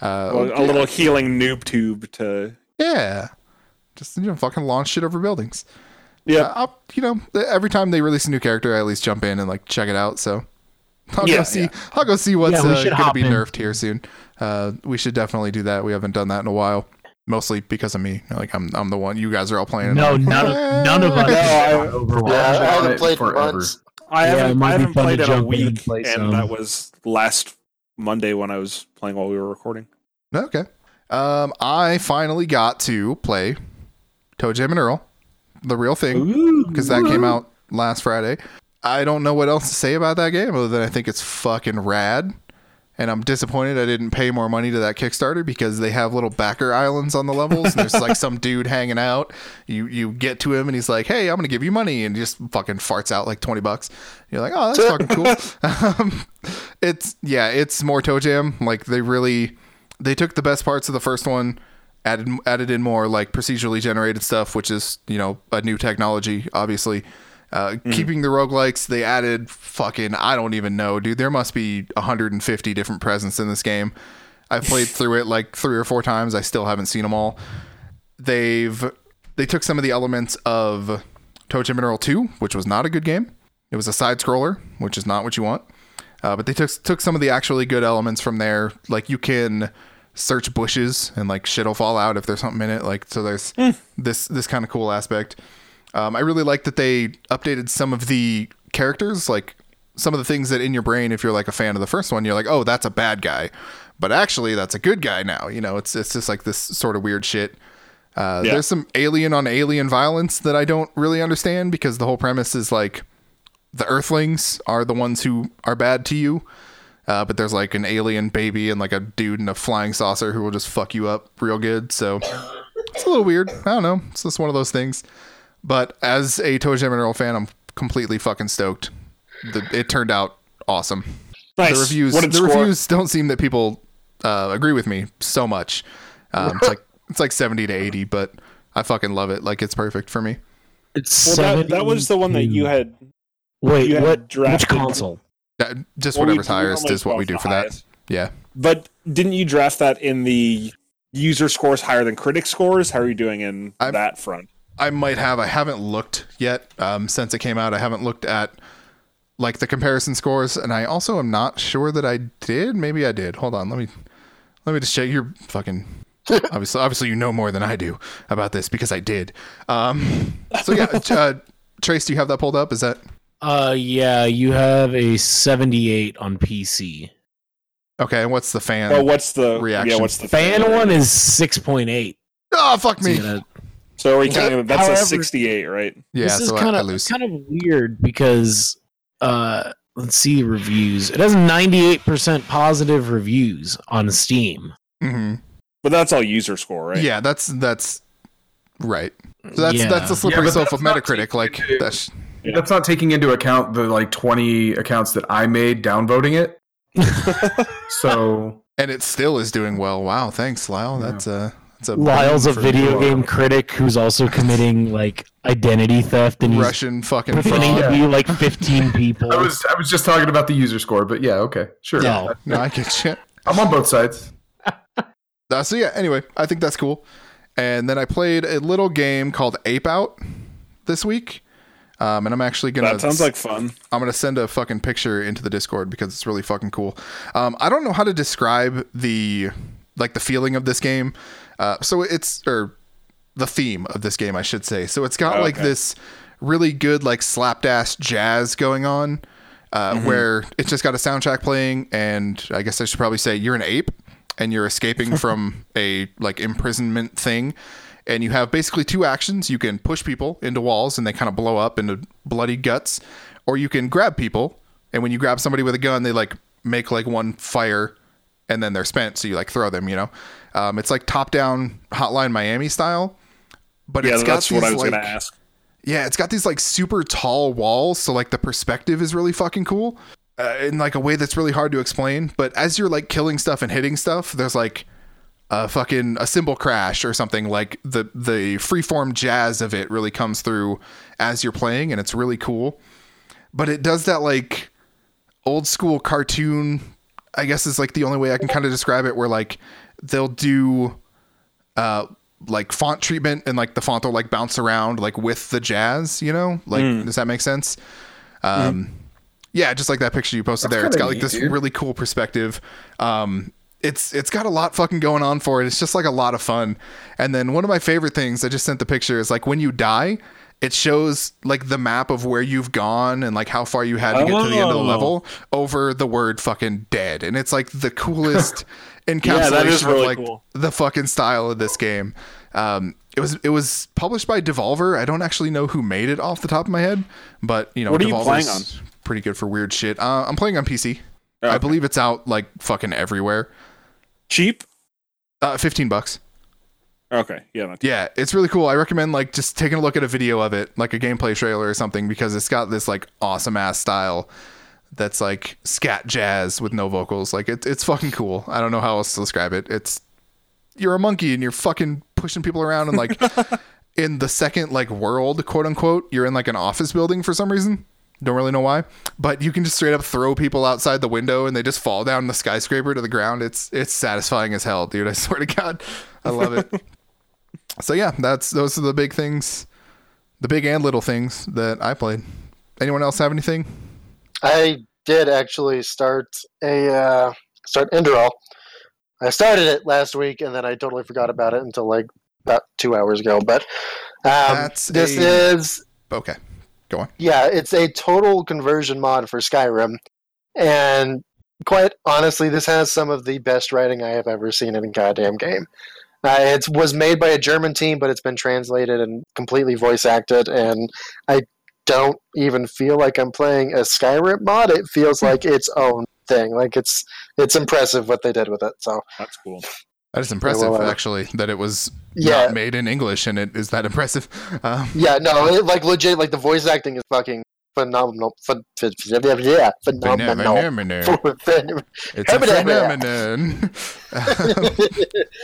B: Uh,
D: Well, a little healing noob tube to
B: yeah. Just you know, fucking launch shit over buildings.
D: yeah
B: Uh, I'll, you know, every time they release a new character, I at least jump in and like check it out. So I'll go
D: Yeah,
B: see.
D: yeah.
B: I'll go see what's
E: Yeah, we
B: uh,
E: should
B: going to
E: hop
B: be
E: in.
B: nerfed here soon. Uh, we should definitely do that. We haven't done that in a while, mostly because of me. Like I'm, I'm the one. You guys are all playing. and
E: No,
B: I'm like,
E: none of none of us.
D: No, I-
E: are Overwatch.
C: Yeah,
A: I've
C: I haven't
A: been
C: played in
A: forever.
C: months.
E: Yeah,
D: I
E: it
D: haven't,
E: might
D: I
E: be
D: haven't
E: fun to
D: played in a
E: jump in and
D: week,
E: play
D: and,
E: some.
D: that was last Monday when I was playing while we were recording.
B: Okay. Um, I finally got to play Toe Jam and Earl, the real thing, because that came out last Friday. I don't know what else to say about that game other than I think it's fucking rad. And I'm disappointed I didn't pay more money to that Kickstarter because they have little backer islands on the levels. And there's like some dude hanging out. You you get to him and he's like, "Hey, I'm gonna give you money," and he just fucking farts out like twenty bucks. You're like, "Oh, that's fucking cool." um, it's yeah, it's more Toe Jam. Like they really they took the best parts of the first one added added in more like procedurally generated stuff, which is you know a new technology, obviously. Uh, Keeping the roguelikes, they added fucking I don't even know, dude. There must be 150 different presents in this game. I've played through it like three or four times. I still haven't seen them all. They've they took some of the elements of Totem Mineral 2, which was not a good game. It was a side scroller, which is not what you want. Uh, but they took took some of the actually good elements from there. Like you can search bushes and like shit'll fall out if there's something in it. Like so, there's this this kind of cool aspect. Um, I really like that they updated some of the characters, like some of the things that in your brain, if you're like a fan of the first one, you're like, oh, that's a bad guy, but actually that's a good guy now. You know, it's it's just like this sort of weird shit. Uh,
D: Yeah.
B: There's some alien on alien violence that I don't really understand because the whole premise is like the Earthlings are the ones who are bad to you, uh, but there's like an alien baby and like a dude in a flying saucer who will just fuck you up real good. So it's a little weird. I don't know. It's just one of those things. But as a Toe Jam and Earl fan, I'm completely fucking stoked. The, it turned out awesome.
D: Nice.
B: The reviews,
D: What did
B: the
D: score?
B: reviews don't seem that people uh, agree with me so much. Um, it's like it's like 70 to 80, but I fucking love it. Like it's perfect for me.
E: It's
D: Well, that, that was the one that you
E: 72.
D: had.
E: Wait,
D: you had
E: what? Which
D: drafted-
E: console?
B: That, just
D: Well, we-
B: whatever's
D: we
B: highest
D: normally
B: is what
D: go
B: we
D: off
B: do
D: the
B: for
D: highest.
B: that. Yeah.
D: But didn't you draft that in the user scores higher than critic scores? How are you doing in
B: I'm-
D: that front?
B: I might have. I haven't looked yet um, since it came out. I haven't looked at like the comparison scores, and I also am not sure that I did. Maybe I did. Hold on. Let me let me just check. You're fucking obviously obviously you know more than I do about this because I did. Um, so yeah, uh, Trace, do you have that pulled up? Is that
E: Uh, yeah, you have a 78 on PC.
B: okay? And what's the fan?
D: Well, what's the
B: reaction.
D: Yeah, what's the
E: Fan one is 6.8.
B: oh fuck
E: So
B: me!
E: you gotta-
D: So are we
E: Well,
D: counting? that's
E: however-
D: a sixty-eight, right?
B: Yeah,
E: this is
B: so I-
E: kind
B: I
E: of
B: lose.
E: kind of weird because uh, let's see reviews. It has 98% positive reviews on Steam.
B: hmm
D: But that's all user score, right?
B: Yeah, that's that's right. So that's
E: Yeah.
B: that's a slippery
A: but
B: slope of
A: that's not
B: Metacritic. Like
A: into-
B: that's
A: That's not taking into account the like 20 accounts that I made downvoting it. so
B: and it still is doing well. Wow, thanks, Lyle.
A: Yeah.
B: That's a that's a
E: Lyle's a
B: for
E: video
B: you.
E: game critic who's also committing like identity theft and he's
B: Russian fucking
E: pretending
B: fraud.
E: to be like 15 people.
A: I was I was just talking about the user score, but yeah, okay, sure.
E: No.
B: No, I get you.
A: I'm on both sides.
B: Uh, so yeah. Anyway, I think that's cool. And then I played a little game called Ape Out this week, um, and I'm actually gonna
D: That sounds like fun.
B: I'm gonna send a fucking picture into the Discord because it's really fucking cool. Um, I don't know how to describe the like the feeling of this game. Uh, so it's or the theme of this game, I should say. So it's got like
D: Oh, Okay.
B: this really good like slapdash jazz going on, uh,
D: Mm-hmm.
B: where it's just got a soundtrack playing, and I guess I should probably say you're an ape and you're escaping from a like imprisonment thing. And you have basically two actions. You can push people into walls and they kind of blow up into bloody guts, or you can grab people. And when you grab somebody with a gun, they like make like one fire and then they're spent. So you like throw them, you know? Um, it's like top down Hotline Miami style, but
D: Yeah,
B: it's got
D: that's what I
B: these,
D: was
B: like,
D: gonna ask.
B: yeah, it's got these like super tall walls, so like the perspective is really fucking cool uh, in like a way that's really hard to explain. But as you're like killing stuff and hitting stuff, there's like a fucking a cymbal crash or something. Like the the freeform jazz of it really comes through as you're playing, and it's really cool. But it does that like old school cartoon. I guess is like the only way I can kind of describe it. Where like they'll do uh like font treatment and like the font will like bounce around like with the jazz you know like does that make sense um yeah just like that picture you posted there it's
A: kinda
B: got like
A: neat,
B: this
A: dude.
B: really cool perspective um it's it's got a lot fucking going on for it it's just like a lot of fun and then one of my favorite things i just sent the picture is like when you die it shows like the map of where you've gone and like how far you had to get to the end of the
D: Oh.
B: level over the word fucking dead and it's like the coolest encapsulation
D: Yeah, that is
B: of,
D: really
B: like
D: cool.
B: the fucking style of this game. Um, it was it was published by Devolver. I don't actually know who made it off the top of my head, but you know,
D: What are you
B: Devolver's
D: playing on?
B: pretty good for weird shit. Uh, I'm playing on PC.
D: Oh,
B: I
D: okay.
B: believe it's out like fucking everywhere.
D: Cheap?
B: Uh, 15 bucks.
D: Okay, yeah. Not
B: Yeah, it's really cool. I recommend like just taking a look at a video of it, like a gameplay trailer or something, because it's got this like awesome ass style that's like scat jazz with no vocals. Like it's it's fucking cool. I don't know how else to describe it. It's you're a monkey and you're fucking pushing people around and like in the second like world quote unquote you're in like an office building for some reason don't really know why but you can just straight up throw people outside the window and they just fall down the skyscraper to the ground it's it's satisfying as hell dude i swear to god i love it so yeah that's those are the big things the big and little things that i played anyone else have anything
C: I did actually start a uh, start Enderall. I started it last week and then I totally forgot about it until like about two hours ago. But um,
B: That's
C: this
B: a-
C: is
B: okay
C: yeah, it's a total conversion mod for Skyrim, and quite honestly, this has some of the best writing I have ever seen in a goddamn game. Uh, it was made by a German team, but it's been translated and completely voice acted, and I don't even feel like I'm playing a Skyrim mod. It feels like its own thing. Like it's it's impressive what they did with it. So
D: That's cool.
B: that is impressive
C: well, uh,
B: actually that it was
C: yeah,
B: not made in english and it is that impressive um,
C: yeah, no, it, like legit, like the voice acting is fucking phenomenal. Ph- ph- ph- yeah, phenomenal.
B: It's a phenomenon.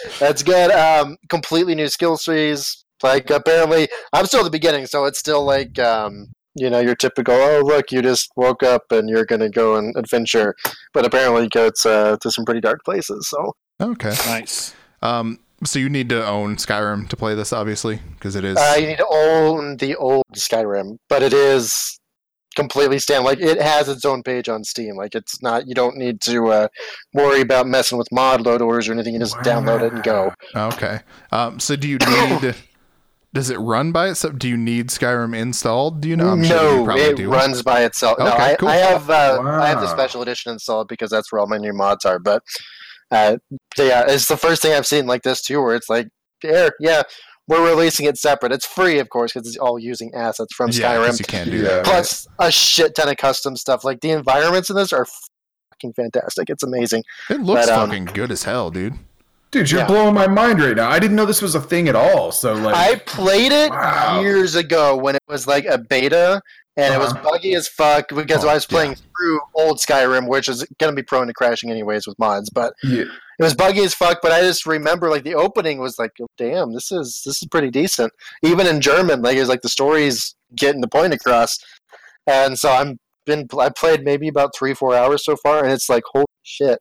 C: That's good. Um, completely new skill trees. Like apparently, I'm still at the beginning, so it's still like um, you know your typical. Oh look, you just woke up and you're gonna go and adventure, but apparently it goes uh, to some pretty dark places. So
B: okay.
D: Nice.
B: Um, so you need to own Skyrim to play this, obviously, because it is.
C: uh, you need to own the old Skyrim, but it is completely stand like it has its own page on Steam. Like it's not you don't need to uh, worry about messing with mod load orders or anything. You just download it and go.
B: okay. Um, so do you need? does it run by itself? Do you need Skyrim installed? Do you know? I'm sure you probably
C: it
B: do.
C: runs by itself. no,
B: Okay,
C: I,
B: cool.
C: I have uh, I have the
A: Wow.
C: special edition installed because that's where all my new mods are. But uh, yeah, it's the first thing I've seen like this too, where it's like, yeah, yeah, we're releasing it separate. It's free, of course, because it's all using assets from
B: yeah, 'cause
C: Skyrim.
B: you can't do
A: Yeah.
B: that. right?
C: Plus a shit ton of custom stuff. Like the environments in this are fucking fantastic. It's amazing.
B: It looks
C: but, um,
B: fucking good as hell, dude.
A: Dude, you're
C: Yeah.
A: blowing my mind right now. I didn't know this was a thing at all. So like,
C: I played it
A: Wow.
C: years ago when it was like a beta and it
A: Uh-huh.
C: was buggy as fuck because
B: Oh,
C: I was playing through old Skyrim, which is going to be prone to crashing anyways with mods. But
A: yeah,
C: it was buggy as fuck. But I just remember like the opening was like, damn, this is this is pretty decent, even in German. Like it was like the story's getting the point across. And so I'm been I played maybe about three four hours so far, and it's like holy shit.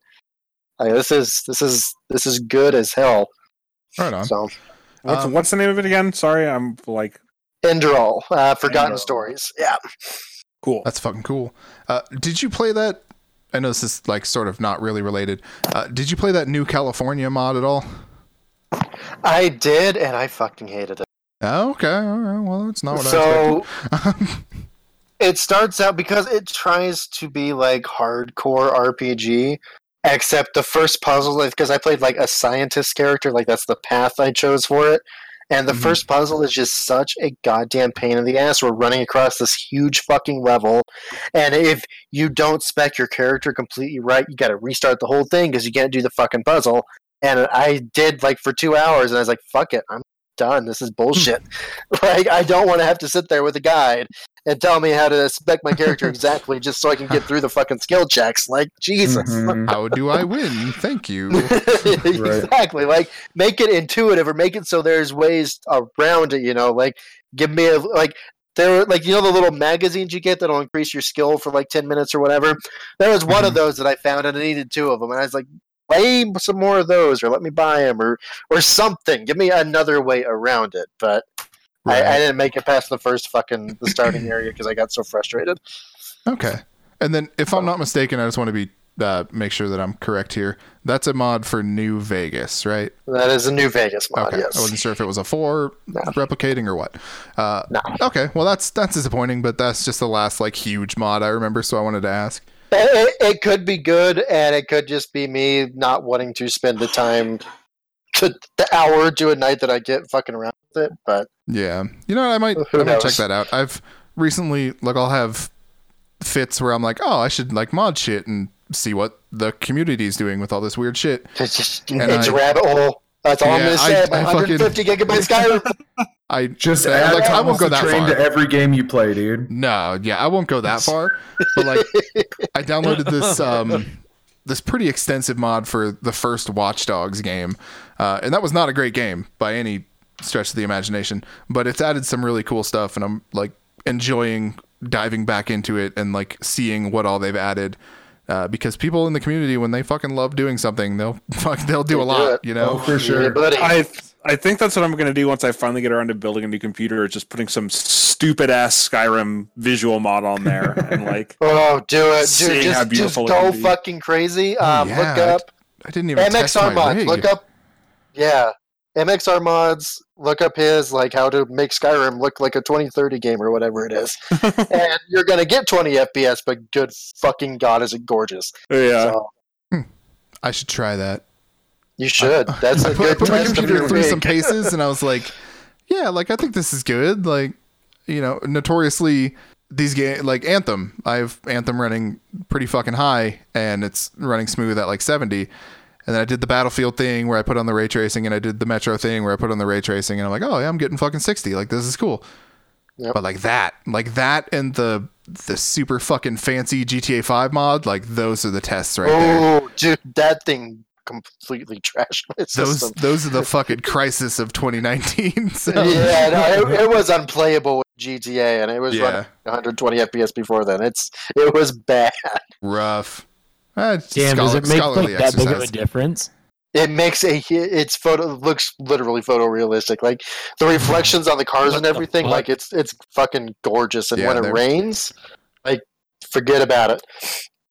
C: Like, this is this is this is good as hell.
B: Right on.
C: So
D: What's,
B: Um,
D: what's the name of it again? Sorry, I'm like
C: Enderall, uh, Forgotten
D: Enderall.
C: Stories. Yeah.
D: cool.
B: That's fucking cool. Uh, did you play that? I know this is like sort of not really related. Uh, did you play that new California mod at all?
C: I did, and I fucking hated it.
B: Oh, okay. All right. Well, it's not what
C: so
B: I expected.
C: it starts out because it tries to be like hardcore RPG, except the first puzzle, because I played like a scientist character, like that's the path I chose for it. And the
B: Mhm.
C: first puzzle is just such a goddamn pain in the ass. We're running across this huge fucking level. And if you don't spec your character completely right, you got to restart the whole thing because you can't do the fucking puzzle. And I did like for two hours, and I was like, fuck it, I'm done. This is bullshit. like, I don't want to have to sit there with a guide and tell me how to spec my character exactly just so I can get through the fucking skill checks. Like, Jesus.
A: Mhm.
B: How do I win? Thank you.
C: exactly. Like, make it intuitive or make it so there's ways around it, you know? Like, give me a, like, there, like, you know, the little magazines you get that'll increase your skill for like 10 minutes or whatever? There was one of those that I found and I needed two of them. And I was like, play some more of those or let me buy them or, or something. Give me another way around it. But I, I didn't make it past the first fucking, the starting area because I got so frustrated.
B: Okay. And then, if I'm not mistaken, I just want to be uh, make sure that I'm correct here. That's a mod for New Vegas, right?
C: That is a New Vegas mod,
B: Okay. Oh, I
C: Uh, yes.
B: wasn't sure if it was a four replicating or what. Uh,
C: No.
B: Okay. Well, that's that's disappointing, but that's just the last like huge mod I remember, so I wanted to ask.
C: It, it, it could be good, and it could just be me not wanting to spend the time, to the hour to a night that I get fucking around with it. But
B: Yeah. You know, I might,
C: Who
B: I might check
C: knows?
B: that out. I've recently, like, I'll have fits where I'm like, oh, I should like mod shit and see what the community is doing with all this weird shit.
C: it's just
B: And
C: it's
B: I-
C: a rabbit hole. That's all I'm
B: Yeah,
C: gonna
B: I-
C: say. about
B: I fucking-
C: 150 gigabytes Skyrim.
B: I
A: just
B: I was
A: add
B: like, I
A: Thomas
B: won't go
A: the
B: that
A: train
B: far.
A: to every game you play, dude.
B: No, yeah, I won't go that far. But like, I downloaded this um, this pretty extensive mod for the first Watch Dogs game, uh, and that was not a great game by any stretch of the imagination. But it's added some really cool stuff, and I'm like enjoying diving back into it and like seeing what all they've added. Uh, because people in the community, when they fucking love doing something, they'll fuck, they'll do a
C: They do
B: lot,
C: it.
B: you know.
A: Oh, for sure.
C: Yeah, buddy.
D: I I think that's what I'm going to do once I finally get around to building a new computer. Is just putting some stupid ass Skyrim visual mod on there and like
C: oh, do it,
D: Seeing
C: dude!
D: how
C: Just, just
D: beautiful it
C: go
D: can be.
C: fucking crazy. Um,
B: yeah,
C: look
B: I
C: up
B: I didn't even test my
C: MXR mods.
B: rig.
C: Look up, yeah, MXR mods. Look up his like how to make Skyrim look like a 2030 game or whatever it is, and you're gonna get 20 FPS. But good fucking god, is it gorgeous?
D: yeah.
C: So
B: I should try that.
C: you should. That's
B: I
C: a
B: put, I
C: good
B: put my
C: test of
B: computer
C: your
B: through some
C: rig.
B: paces, and I was like, "Yeah, like I think this is good." Like, you know, notoriously these game like Anthem, I have Anthem running pretty fucking high, and it's running smooth at like seventy. And then I did the Battlefield thing where I put on the ray tracing, and I did the Metro thing where I put on the ray tracing, and I'm like, "Oh yeah, I'm getting fucking sixty. Like this is cool."
C: Yep.
B: But like that, like that, and the the super fucking fancy GTA Five mod, like those are the tests right there.
C: Oh, dude, that thing completely trashed my
B: those
C: system.
B: those are the fucking crisis of 2019. So.
C: yeah, no, it, it was unplayable with GTA, and it was
B: Yeah.
C: running 120 FPS before then. It's it was bad.
B: rough. Uh,
E: Damn, does it make
B: scholarly
E: like that big of a
B: exercise.
E: difference?
C: It makes a hi- it's photo looks literally photorealistic. Like the reflections on the cars
E: What
C: and
E: the
C: everything.
E: fuck?
C: Like it's it's fucking gorgeous. And
B: Yeah,
C: when it
B: they're-
C: rains, like forget about it.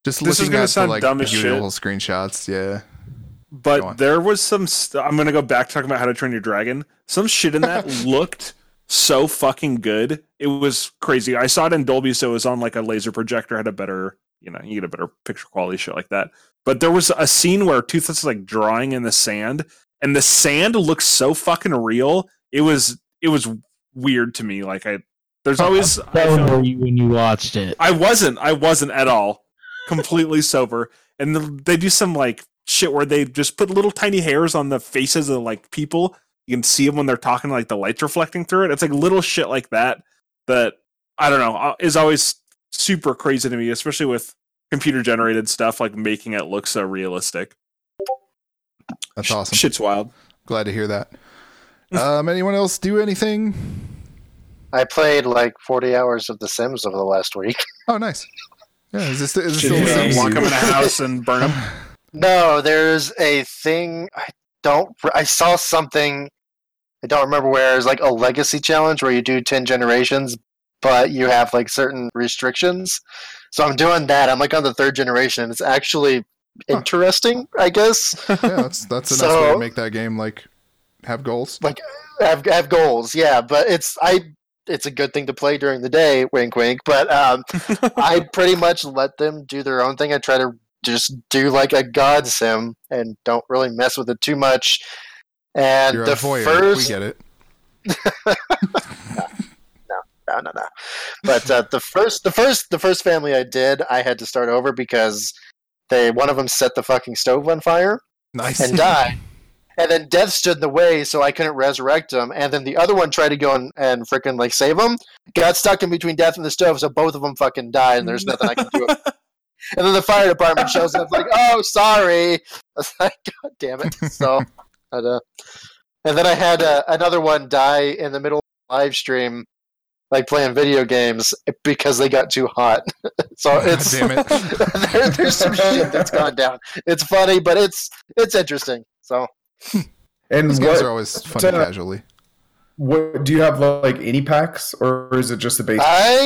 B: Just
D: This is
B: looking
D: gonna
B: at
D: sound
B: the, like,
D: dumb as
B: beautiful screenshots. Yeah, Go
D: But
B: on.
D: there was some. St- I'm going to go back to talking about how to train your dragon. Some shit in that looked so fucking good. It was crazy. I saw it in Dolby, so it was on like a laser projector. Had a better, you know, you get a better picture quality, shit like that. But there was a scene where Toothless is like drawing in the sand, and the sand looks so fucking real. It was it was weird to me. Like I, there's always I
E: How
D: feel-
E: old were you when you watched it?
D: I wasn't. I wasn't at all. Completely sober. And the, they do some like shit where they just put little tiny hairs on the faces of like people. You can see them when they're talking, like the lights reflecting through it. It's like little shit like that that I don't know uh, is always super crazy to me, especially with computer generated stuff like making it look so realistic.
B: that's
D: Sh-
B: awesome.
D: Shit's wild.
B: Glad to hear that. Um, anyone else do anything?
C: I played like 40 hours of The Sims over the last week.
B: Oh, nice. Yeah, is this, is this
D: Shit,
B: still
D: yeah,
B: the
D: walk
B: same?
D: them in a house and burn them.
C: No, there's a thing. I don't. I saw something. I don't remember where. It's like a legacy challenge where you do ten generations, but you have like certain restrictions. So I'm doing that. I'm like on the third generation, and it's actually
B: Huh.
C: interesting. I guess
B: Yeah, that's that's a nice way to
C: So-
B: make that game like have goals.
C: I have I have goals. Yeah, but it's I. It's a good thing to play during the day. Wink, wink. But um, I pretty much let them do their own thing. I try to just do like a god sim and don't really mess with it too much. And
B: You're
C: the
B: a voyeur.
C: first
B: we get it.
C: no, no, no. But uh, the first, the first, the first family I did, I had to start over because they one of them set the fucking stove on fire
B: Nice.
C: and died, and then death stood in the way, so I couldn't resurrect him. And then the other one tried to go and, and freaking like save him, got stuck in between death and the stove, so both of them fucking died, and there's nothing I can do. about it. And then the fire department shows up, like, "Oh, sorry." I was like, "God damn it!" So, but, uh, and then I had uh, another one die in the middle of the live stream, like playing video games because they got too hot. so it's
B: Damn it.
C: there, there's some shit that's gone down. It's funny, but it's it's interesting. So
A: And
B: Those games
A: what,
B: are always fun and
A: uh,
B: casually.
A: what do you have like any packs or is it just the
B: Uh,
A: base?
C: I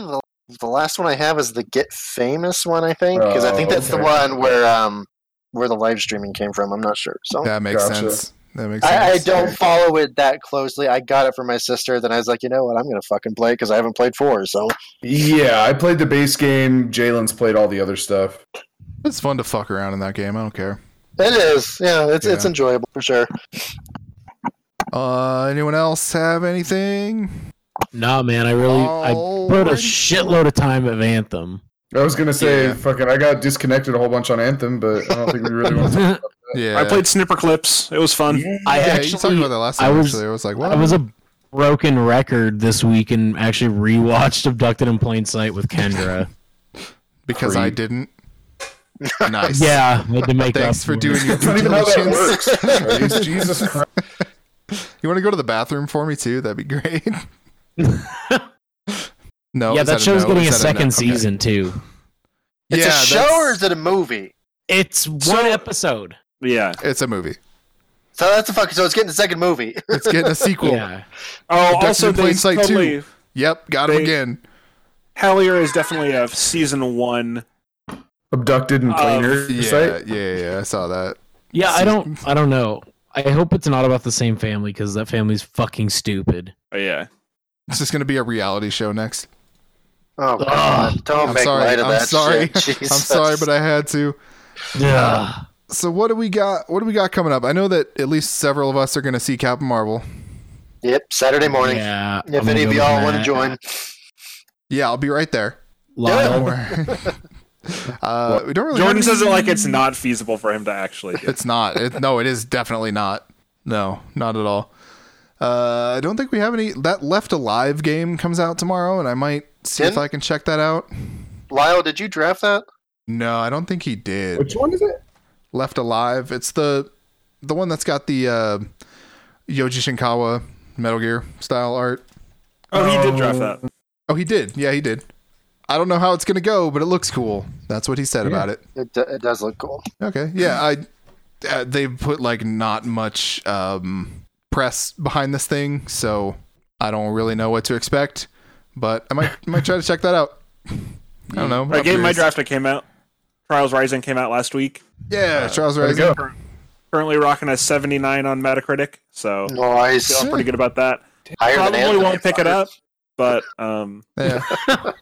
C: the, the last one I have is the Get Famous one, I think, because I think
A: Oh,
C: that's the
A: okay.
C: one where um where the live streaming came from. I'm not sure. So
B: That makes
A: Gotcha.
B: sense. That makes sense.
C: I, I don't follow it that closely. I got it from my sister. Then I was like, you know what, I'm gonna fucking play because I haven't played four. So
A: yeah, I played the base game. Jalen's played all the other stuff.
B: It's fun to fuck around in that game. I don't care.
C: it is, yeah, it's it's
B: Yeah.
C: enjoyable for sure.
B: Uh, anyone else have anything?
E: Nah, man, I really I put a
B: Alrighty.
E: shitload of time at Anthem.
A: I was gonna say
B: Yeah.
A: fucking I got disconnected a whole bunch on Anthem, but I don't think we really want to
E: I
B: Yeah,
D: I played snipper clips. It was fun.
B: Yeah, you talked
E: actually
B: about that last
E: I
B: time.
E: was-
B: actually, I was like,
E: I
B: what?
E: was a broken record this week and actually rewatched Abducted in Plain Sight with Kendra.
B: because I
A: Creep.
B: didn't. Nice.
E: Yeah, I had to make
B: Thanks
E: up
B: for
E: it.
B: doing your
A: I
B: due
A: don't even know how that
B: diligence.
A: works. Jeez, Jesus Christ.
B: You want to go to the bathroom for me too? That'd be great. no.
E: yeah,
B: is
E: that
B: a
E: show's
B: no?
E: getting
B: Is that no?
E: a second
B: Okay.
E: season too.
C: It's
B: yeah,
C: a show or
B: that's-
C: is it a movie?
E: It's one
D: So-
E: episode.
D: Yeah.
B: It's a movie.
C: So that's the fuck. So it's getting the second movie.
B: It's getting a sequel.
E: Yeah.
D: Oh,
B: Abducted
D: also
B: in Plain
D: they
B: Sight
D: totally.
B: Yep, got him
D: They-
B: again.
D: Hallier is definitely a season one.
A: Abducted and plainer.
D: Um,
B: Uh, Yeah,
A: site.
B: yeah, yeah. I saw that.
E: Yeah, I don't I don't know. I hope it's not about the same family because that family's fucking stupid.
D: Oh, yeah.
B: It's just gonna be a reality show next.
C: Oh god! Don't
B: I'm
C: make
B: sorry.
C: light of
B: I'm
C: that
B: sorry.
C: shit. Jesus.
B: I'm sorry, but I had to.
E: Yeah.
B: So what do we got? What do we got coming up? I know that at least several of us are gonna see Captain Marvel.
C: yep. Saturday morning.
E: Yeah. I'm
C: If
E: gonna
C: any
E: go
C: of
E: with
C: y'all want to
E: Matt.
C: join,
B: Yeah, I'll be right there. Don't
E: Lyle,
B: worry. uh, we don't really. have
D: Jordan
B: any-
D: says it like it's not feasible for him to actually. Do.
B: It's not. It, no, it is definitely not. No, not at all. Uh, I don't think we have any. That Left Alive game comes out tomorrow, and I might see if
C: Didn't-
B: I can check that out.
C: Lyle, did you draft that?
B: No, I don't think he did.
A: Which one is it?
B: Left Alive. It's the the one that's got the uh, Yoji Shinkawa Metal Gear style art.
D: Oh, he did draft that.
B: Oh, he did. Yeah, he did. I don't know how it's gonna go, but it looks cool. That's what he said about it.
C: It, do- it does look cool.
B: Okay. Yeah, I uh, they put like not much um, press behind this thing, so I don't really know what to expect. But I might might try to check that out. I don't know. I'm
D: A game my
B: curious.
D: draft that came out. Trials Rising came out last week.
B: Yeah, Charles
A: There we go.
B: Rising.
D: Currently rocking a 79 on Metacritic, so
C: Nice.
D: feeling pretty good about that.
C: Higher than
D: Probably
C: Anthony,
D: won't pick it
C: fucker.
D: up, but um,
B: Yeah,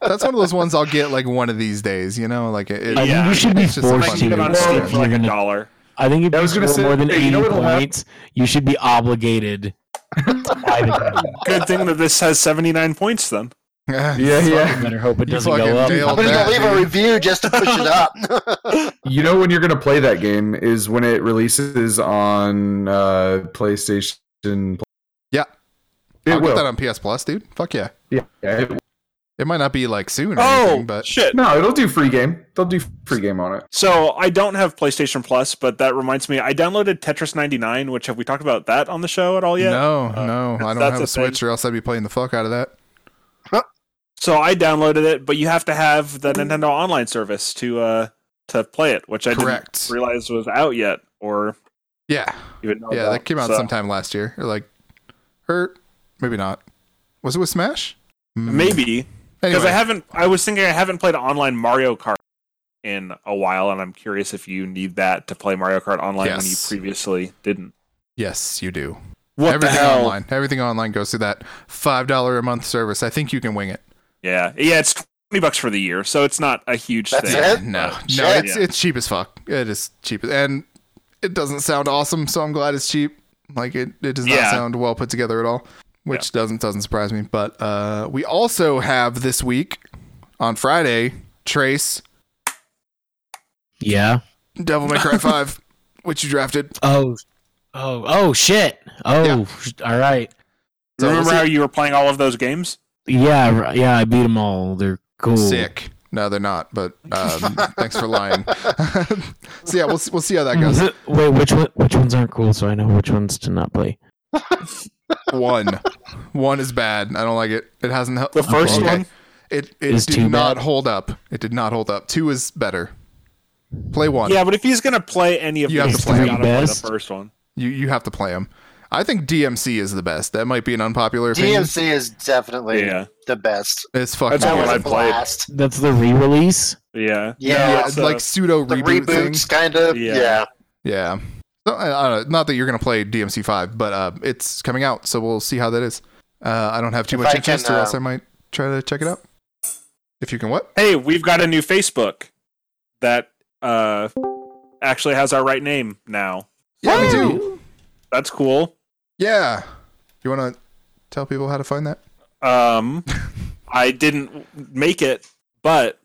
B: that's one of those ones I'll get like one of these days. You know, like it, it-
E: I think
D: Yeah,
E: you should be
B: it's just a
E: forced
D: might
B: fun
E: to.
D: keep it on
E: if
D: Steam for
E: you're
D: like a
E: gonna-
D: dollar.
E: I think if
A: I
E: you
A: was gonna
E: score
A: say,
E: more than
A: hey, you know
E: eighty
A: what'll happen?
E: points, you should be obligated. to buy the game.
D: Good thing that this has 79 points then.
A: Yeah, yeah.
E: Better hope it
B: You
E: doesn't
B: fucking
E: go up.
B: nailed
C: I'm gonna
B: that,
C: leave a
B: dude.
C: review just to push it up.
A: You know when you're gonna play that game is when it releases on uh, PlayStation.
B: Yeah.
A: it
B: I'll
A: will.
B: get that on PS Plus, dude. Fuck yeah.
A: yeah, yeah, it will.
B: It might not be like soon or
D: Oh
B: anything, but
D: shit!
A: No, it'll do free game. They'll do free game on it.
D: So I don't have PlayStation Plus, but that reminds me, I downloaded Tetris 99. Which have we talked about that on the show at all yet?
B: no,
D: Uh,
B: no, I don't
D: that's
B: have
D: a
B: a Switch, or else I'd be playing the fuck out of that.
D: So I downloaded it, but you have to have the Nintendo Online service to uh to play it, which I
B: Correct.
D: didn't realize was out yet, or
B: Yeah,
D: even know
B: yeah,
D: about.
B: that came out
D: Oh, So
B: sometime last year, or like, or maybe not. Was it with Smash? Mm.
D: Maybe because
B: Anyway,
D: I haven't. I was thinking I haven't played online Mario Kart in a while, and I'm curious if you need that to play Mario Kart online when you
B: Yes.
D: previously didn't.
B: yes, you do.
D: What
B: Everything
D: the hell?
B: online, everything online goes through that five dollar a month service. I think you can wing it.
D: Yeah, yeah, it's twenty bucks for the year, so it's not a huge
C: That's
D: thing.
C: it?
B: No, no,
C: Oh, shit.
B: it's
D: Yeah.
B: it's cheap as fuck. It is cheap, and it doesn't sound awesome. So I'm glad it's cheap. Like it, it does not
D: Yeah.
B: sound well put together at all, which doesn't doesn't surprise me. But uh, we also have this week on Friday, Trace
E: Yeah.
B: Devil May Cry Five, which you drafted.
E: Oh. Oh. Oh shit. Oh. sh- All right.
B: So we'll
D: Remember
B: see-
D: how you were playing all of those games?
E: Yeah. r- Yeah. I beat them all. They're cool.
B: Sick. No, they're not. But um, thanks for lying. so yeah, we'll s- we'll see how that goes.
E: Wait, which one? Which ones aren't cool? So I know which ones to not play.
B: One, one is bad. I don't like it. It hasn't helped.
D: The first
B: Okay.
D: one.
B: It it
E: Is
B: did
E: two
B: not
E: bad?
B: hold up. It did not hold up. Two is better. Play one.
D: Yeah, but if he's gonna play any of
B: You have
D: these,
B: to play
D: he's
B: them.
D: gotta play the
E: Best?
D: first one.
B: You you have to play them. I think DMC is the best. That might be an unpopular opinion.
C: DMC is definitely
D: Yeah.
C: the best.
B: It's fucking
D: That's
C: That
D: what
C: was
D: I
C: a
B: awesome.
D: played.
C: blast.
E: That's the re-release.
D: Yeah,
C: Yeah,
D: No,
B: yeah,
D: it's, uh,
B: like pseudo
C: The
B: reboot things.
C: reboots, kind of.
D: Yeah.
C: Yeah.
B: Yeah. So, I, I don't know, not that you're gonna play DMC five, but uh, it's coming out, so we'll see how that is. Uh, I don't have too
C: If
B: much
C: I
B: interest,
C: can,
B: or
C: uh,
B: else I might try to check it out. If you can, what?
D: hey, we've got a new Facebook that uh actually has our right name now.
B: Yeah, we
E: Woo!
B: do.
D: That's cool.
B: Yeah. You want to tell people how to find that?
D: Um, I didn't make it, but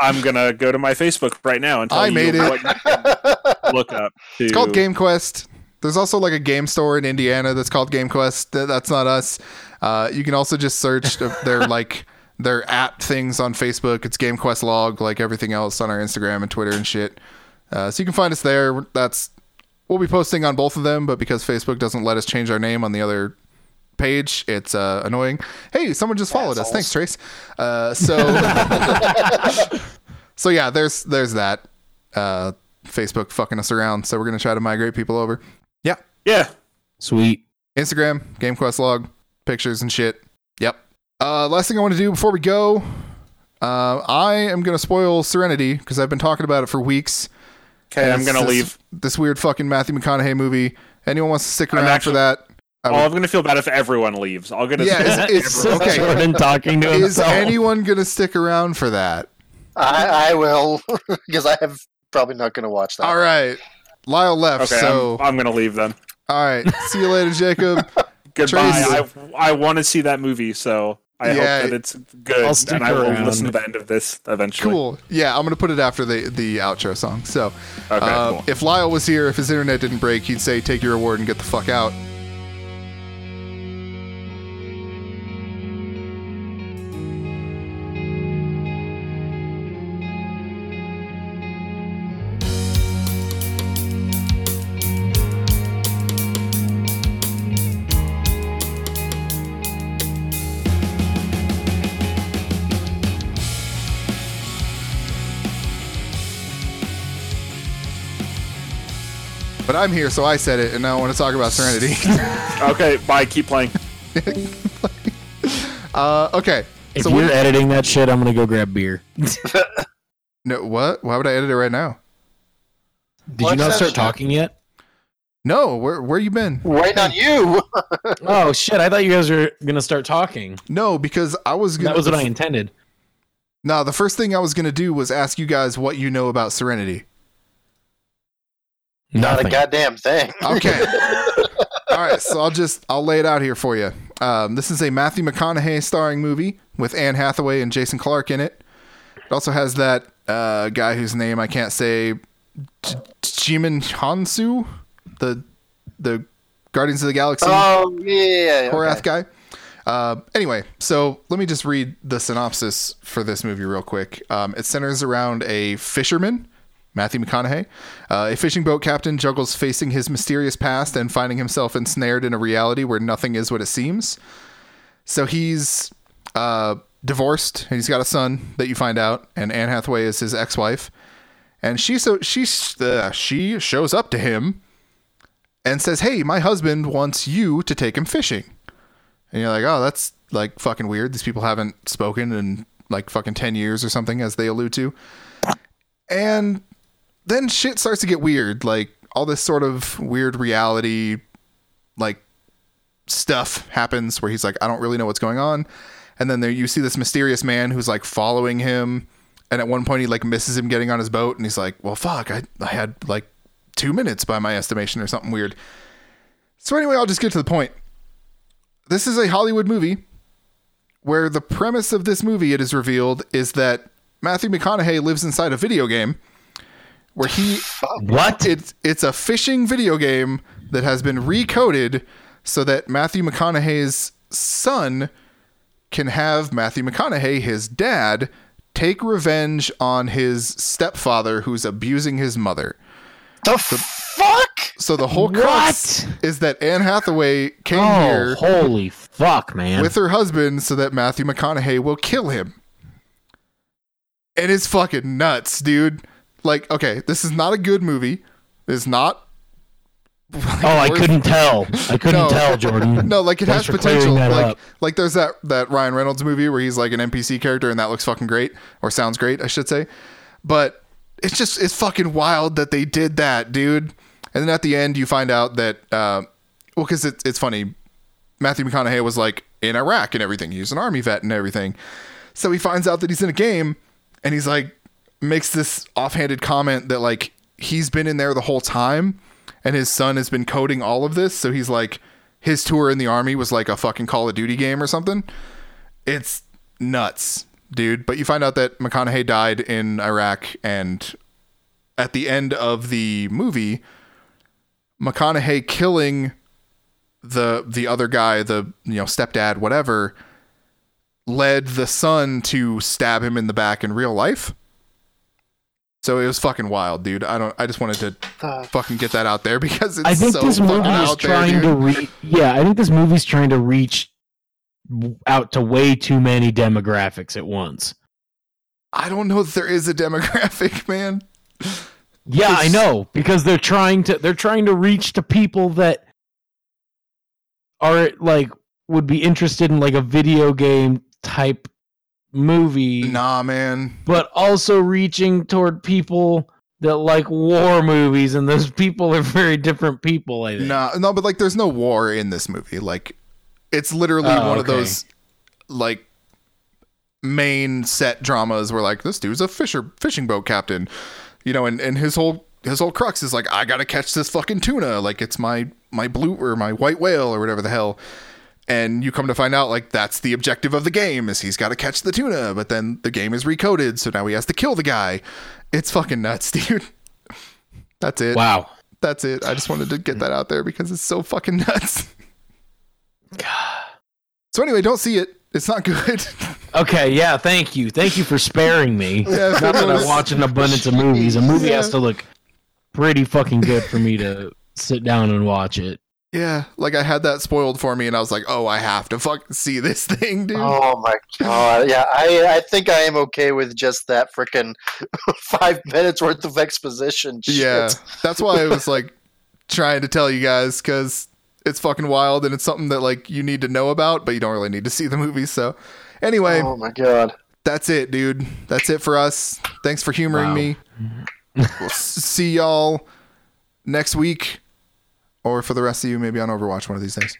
D: I'm gonna go to my Facebook right now and tell
B: I
D: you
B: made it.
D: what you can look up. To,
B: It's called Game Quest. There's also like a game store in Indiana that's called Game Quest. Th- That's not us. Uh, you can also just search th- their like They're at things on Facebook. It's Game Quest Log, like everything else on our Instagram and Twitter and shit. Uh, so you can find us there. That's we'll be posting on both of them, but because Facebook doesn't let us change our name on the other page, it's uh, annoying. Hey, someone just followed us. Thanks, Trace. Uh, so, so yeah, there's there's that. Uh, Facebook fucking us around, so we're gonna try to migrate people over. Yeah,
D: Yeah.
E: Sweet.
B: Instagram, Game Quest log, pictures and shit. Yep. Uh, last thing I want to do before we go, uh, I am gonna spoil Serenity because I've been talking about it for weeks.
D: Okay, I'm
B: It's
D: gonna
B: this-
D: leave.
B: this weird fucking Matthew McConaughey movie. Anyone wants to stick
D: I'm
B: around
D: actually-
B: for that? I
D: Oh, I'm gonna feel bad if everyone leaves. I'll get a
B: Yeah, it's- it's- Okay.
E: Jordan talking to
B: Is
E: himself.
B: anyone gonna stick around for that?
C: I, I will because I have probably not going to watch that.
B: All right. Lyle left,
D: okay.
B: so
D: I'm, I'm gonna leave then.
B: all right. See you later, Jacob.
D: Goodbye. I I want to see that movie, so I
B: Yeah.
D: hope that it's good,
E: I'll stick
D: and I will
E: around.
D: listen to the end of this eventually.
B: cool. Yeah, I'm gonna put it after the the outro song. So,
D: Okay.
B: uh,
D: cool.
B: if Lyle was here, if his internet didn't break, he'd say, "Take your award and get the fuck out." But I'm here, so I said it, and now I want to talk about Serenity.
D: Okay. Bye. Keep playing.
B: uh, okay.
E: If
B: so
E: you're
B: what-
E: editing that shit, I'm gonna go grab beer.
B: no, what? Why would I edit it right now?
E: Did
C: What's
E: you not
C: that
E: start
C: shit?
E: talking yet?
B: No. Where where you been?
C: Waiting on you.
E: Oh shit! I thought you guys were gonna start talking.
B: No, because I was gonna.
E: That was what I intended.
B: No, the first thing I was gonna do was ask you guys what you know about Serenity.
C: Not a goddamn thing.
B: Okay. All right, so I'll just I'll lay it out here for you. Um, this is a Matthew McConaughey starring movie with Anne Hathaway and Jason Clark in it. It also has that uh, guy whose name I can't say, J- Jimin Hansu, the the Guardians of the Galaxy
C: Oh yeah, yeah, yeah,
B: Korath
C: okay.
B: guy. Uh, anyway, so let me just read the synopsis for this movie real quick. Um, it centers around a fisherman, Matthew McConaughey. Uh, a fishing boat captain juggles facing his mysterious past and finding himself ensnared in a reality where nothing is what it seems. So he's uh, divorced and he's got a son that you find out, and Anne Hathaway is his ex-wife, and she so she uh, she shows up to him and says, "Hey, my husband wants you to take him fishing." And you're like, "Oh, that's like fucking weird. These people haven't spoken in like fucking 10 years or something as they allude to." And then shit starts to get weird, like all this sort of weird reality like stuff happens where he's like, "I don't really know what's going on." And then there you see this mysterious man who's like following him, and at one point he like misses him getting on his boat and he's like, "Well, fuck, I I had like 2 minutes by my estimation or something weird." So anyway, I'll just get to the point. This is a Hollywood movie where the premise of this movie it is revealed is that Matthew McConaughey lives inside a video game where he
E: What?
B: it's it's a fishing video game that has been recoded so that Matthew McConaughey's son can have Matthew McConaughey, his dad, take revenge on his stepfather who's abusing his mother.
C: The fuck?
B: So the whole crux is that Anne Hathaway came
E: Oh,
B: here
E: holy fuck, man!
B: with her husband so that Matthew McConaughey will kill him. And it's fucking nuts, dude. Like, okay, this is not a good movie. It's not.
E: oh, I couldn't tell. I couldn't
B: No.
E: tell, Jordan.
B: No, like it
E: Thanks
B: has
E: for clearing
B: potential.
E: that
B: Like,
E: up.
B: like there's that that Ryan Reynolds movie where he's like an NPC character and that looks fucking great or sounds great, I should say. But it's just it's fucking wild that they did that, dude. And then at the end, you find out that uh, well, because it's it's funny. Matthew McConaughey was like in Iraq and everything. He was an army vet and everything. So he finds out that he's in a game, and he's like makes this offhanded comment that like he's been in there the whole time and his son has been coding all of this so he's like his tour in the army was like a fucking call of duty game or something it's nuts dude but you find out that mcconaughey died in iraq and at the end of the movie mcconaughey killing the the other guy the you know stepdad whatever led the son to stab him in the back in real life. So it was fucking wild, dude. I don't. I just wanted to
C: The-
B: fucking get that out there because it's
E: I think
B: so
E: this
B: fucking
E: movie is
B: out there,
E: trying
B: dude.
E: to reach. Yeah, I think this movie's trying to reach w- out to way too many demographics at once.
B: I don't know if there is a demographic, man.
E: Yeah, I
B: It's-
E: know because they're trying to they're trying to reach to people that are like would be interested in like a video game type movie,
B: Nah, man.
E: but also reaching toward people that like war movies, and those people are very different people. I think.
B: Nah, no, but like, there's no war in this movie. Like, it's literally
E: Oh,
B: one of
E: okay.
B: those like main set dramas where like this dude's a fisher fishing boat captain, you know, and and his whole his whole crux is like I gotta catch this fucking tuna, like it's my my blue or my white whale or whatever the hell. And you come to find out like that's the objective of the game is he's got to catch the tuna, but then the game is recoded, so now he has to kill the guy. It's fucking nuts, dude. That's it
E: Wow.
B: that's it. I just wanted to get that out there because it's so fucking nuts. So anyway, don't see it. It's not good.
E: Okay, yeah, thank you. Thank you for sparing me.
B: Yeah, if
E: Not that I
B: everyone's-
E: watch an abundance of movies. A movie
B: Yeah.
E: has to look pretty fucking good for me to sit down and watch it.
B: yeah, like I had that spoiled for me, and I was like, oh, I have to fucking see this thing, dude.
C: Oh my god! Yeah, I I think I am okay with just that freaking five minutes worth of exposition. Shit.
B: yeah, that's why I was like trying to tell you guys because it's fucking wild and it's something that like you need to know about, but you don't really need to see the movie. So anyway,
C: Oh my god!
B: that's it, dude. That's it for us. Thanks for humoring
E: Wow.
B: me. We'll s- see y'all next week, or for the rest of you, maybe on Overwatch one of these days.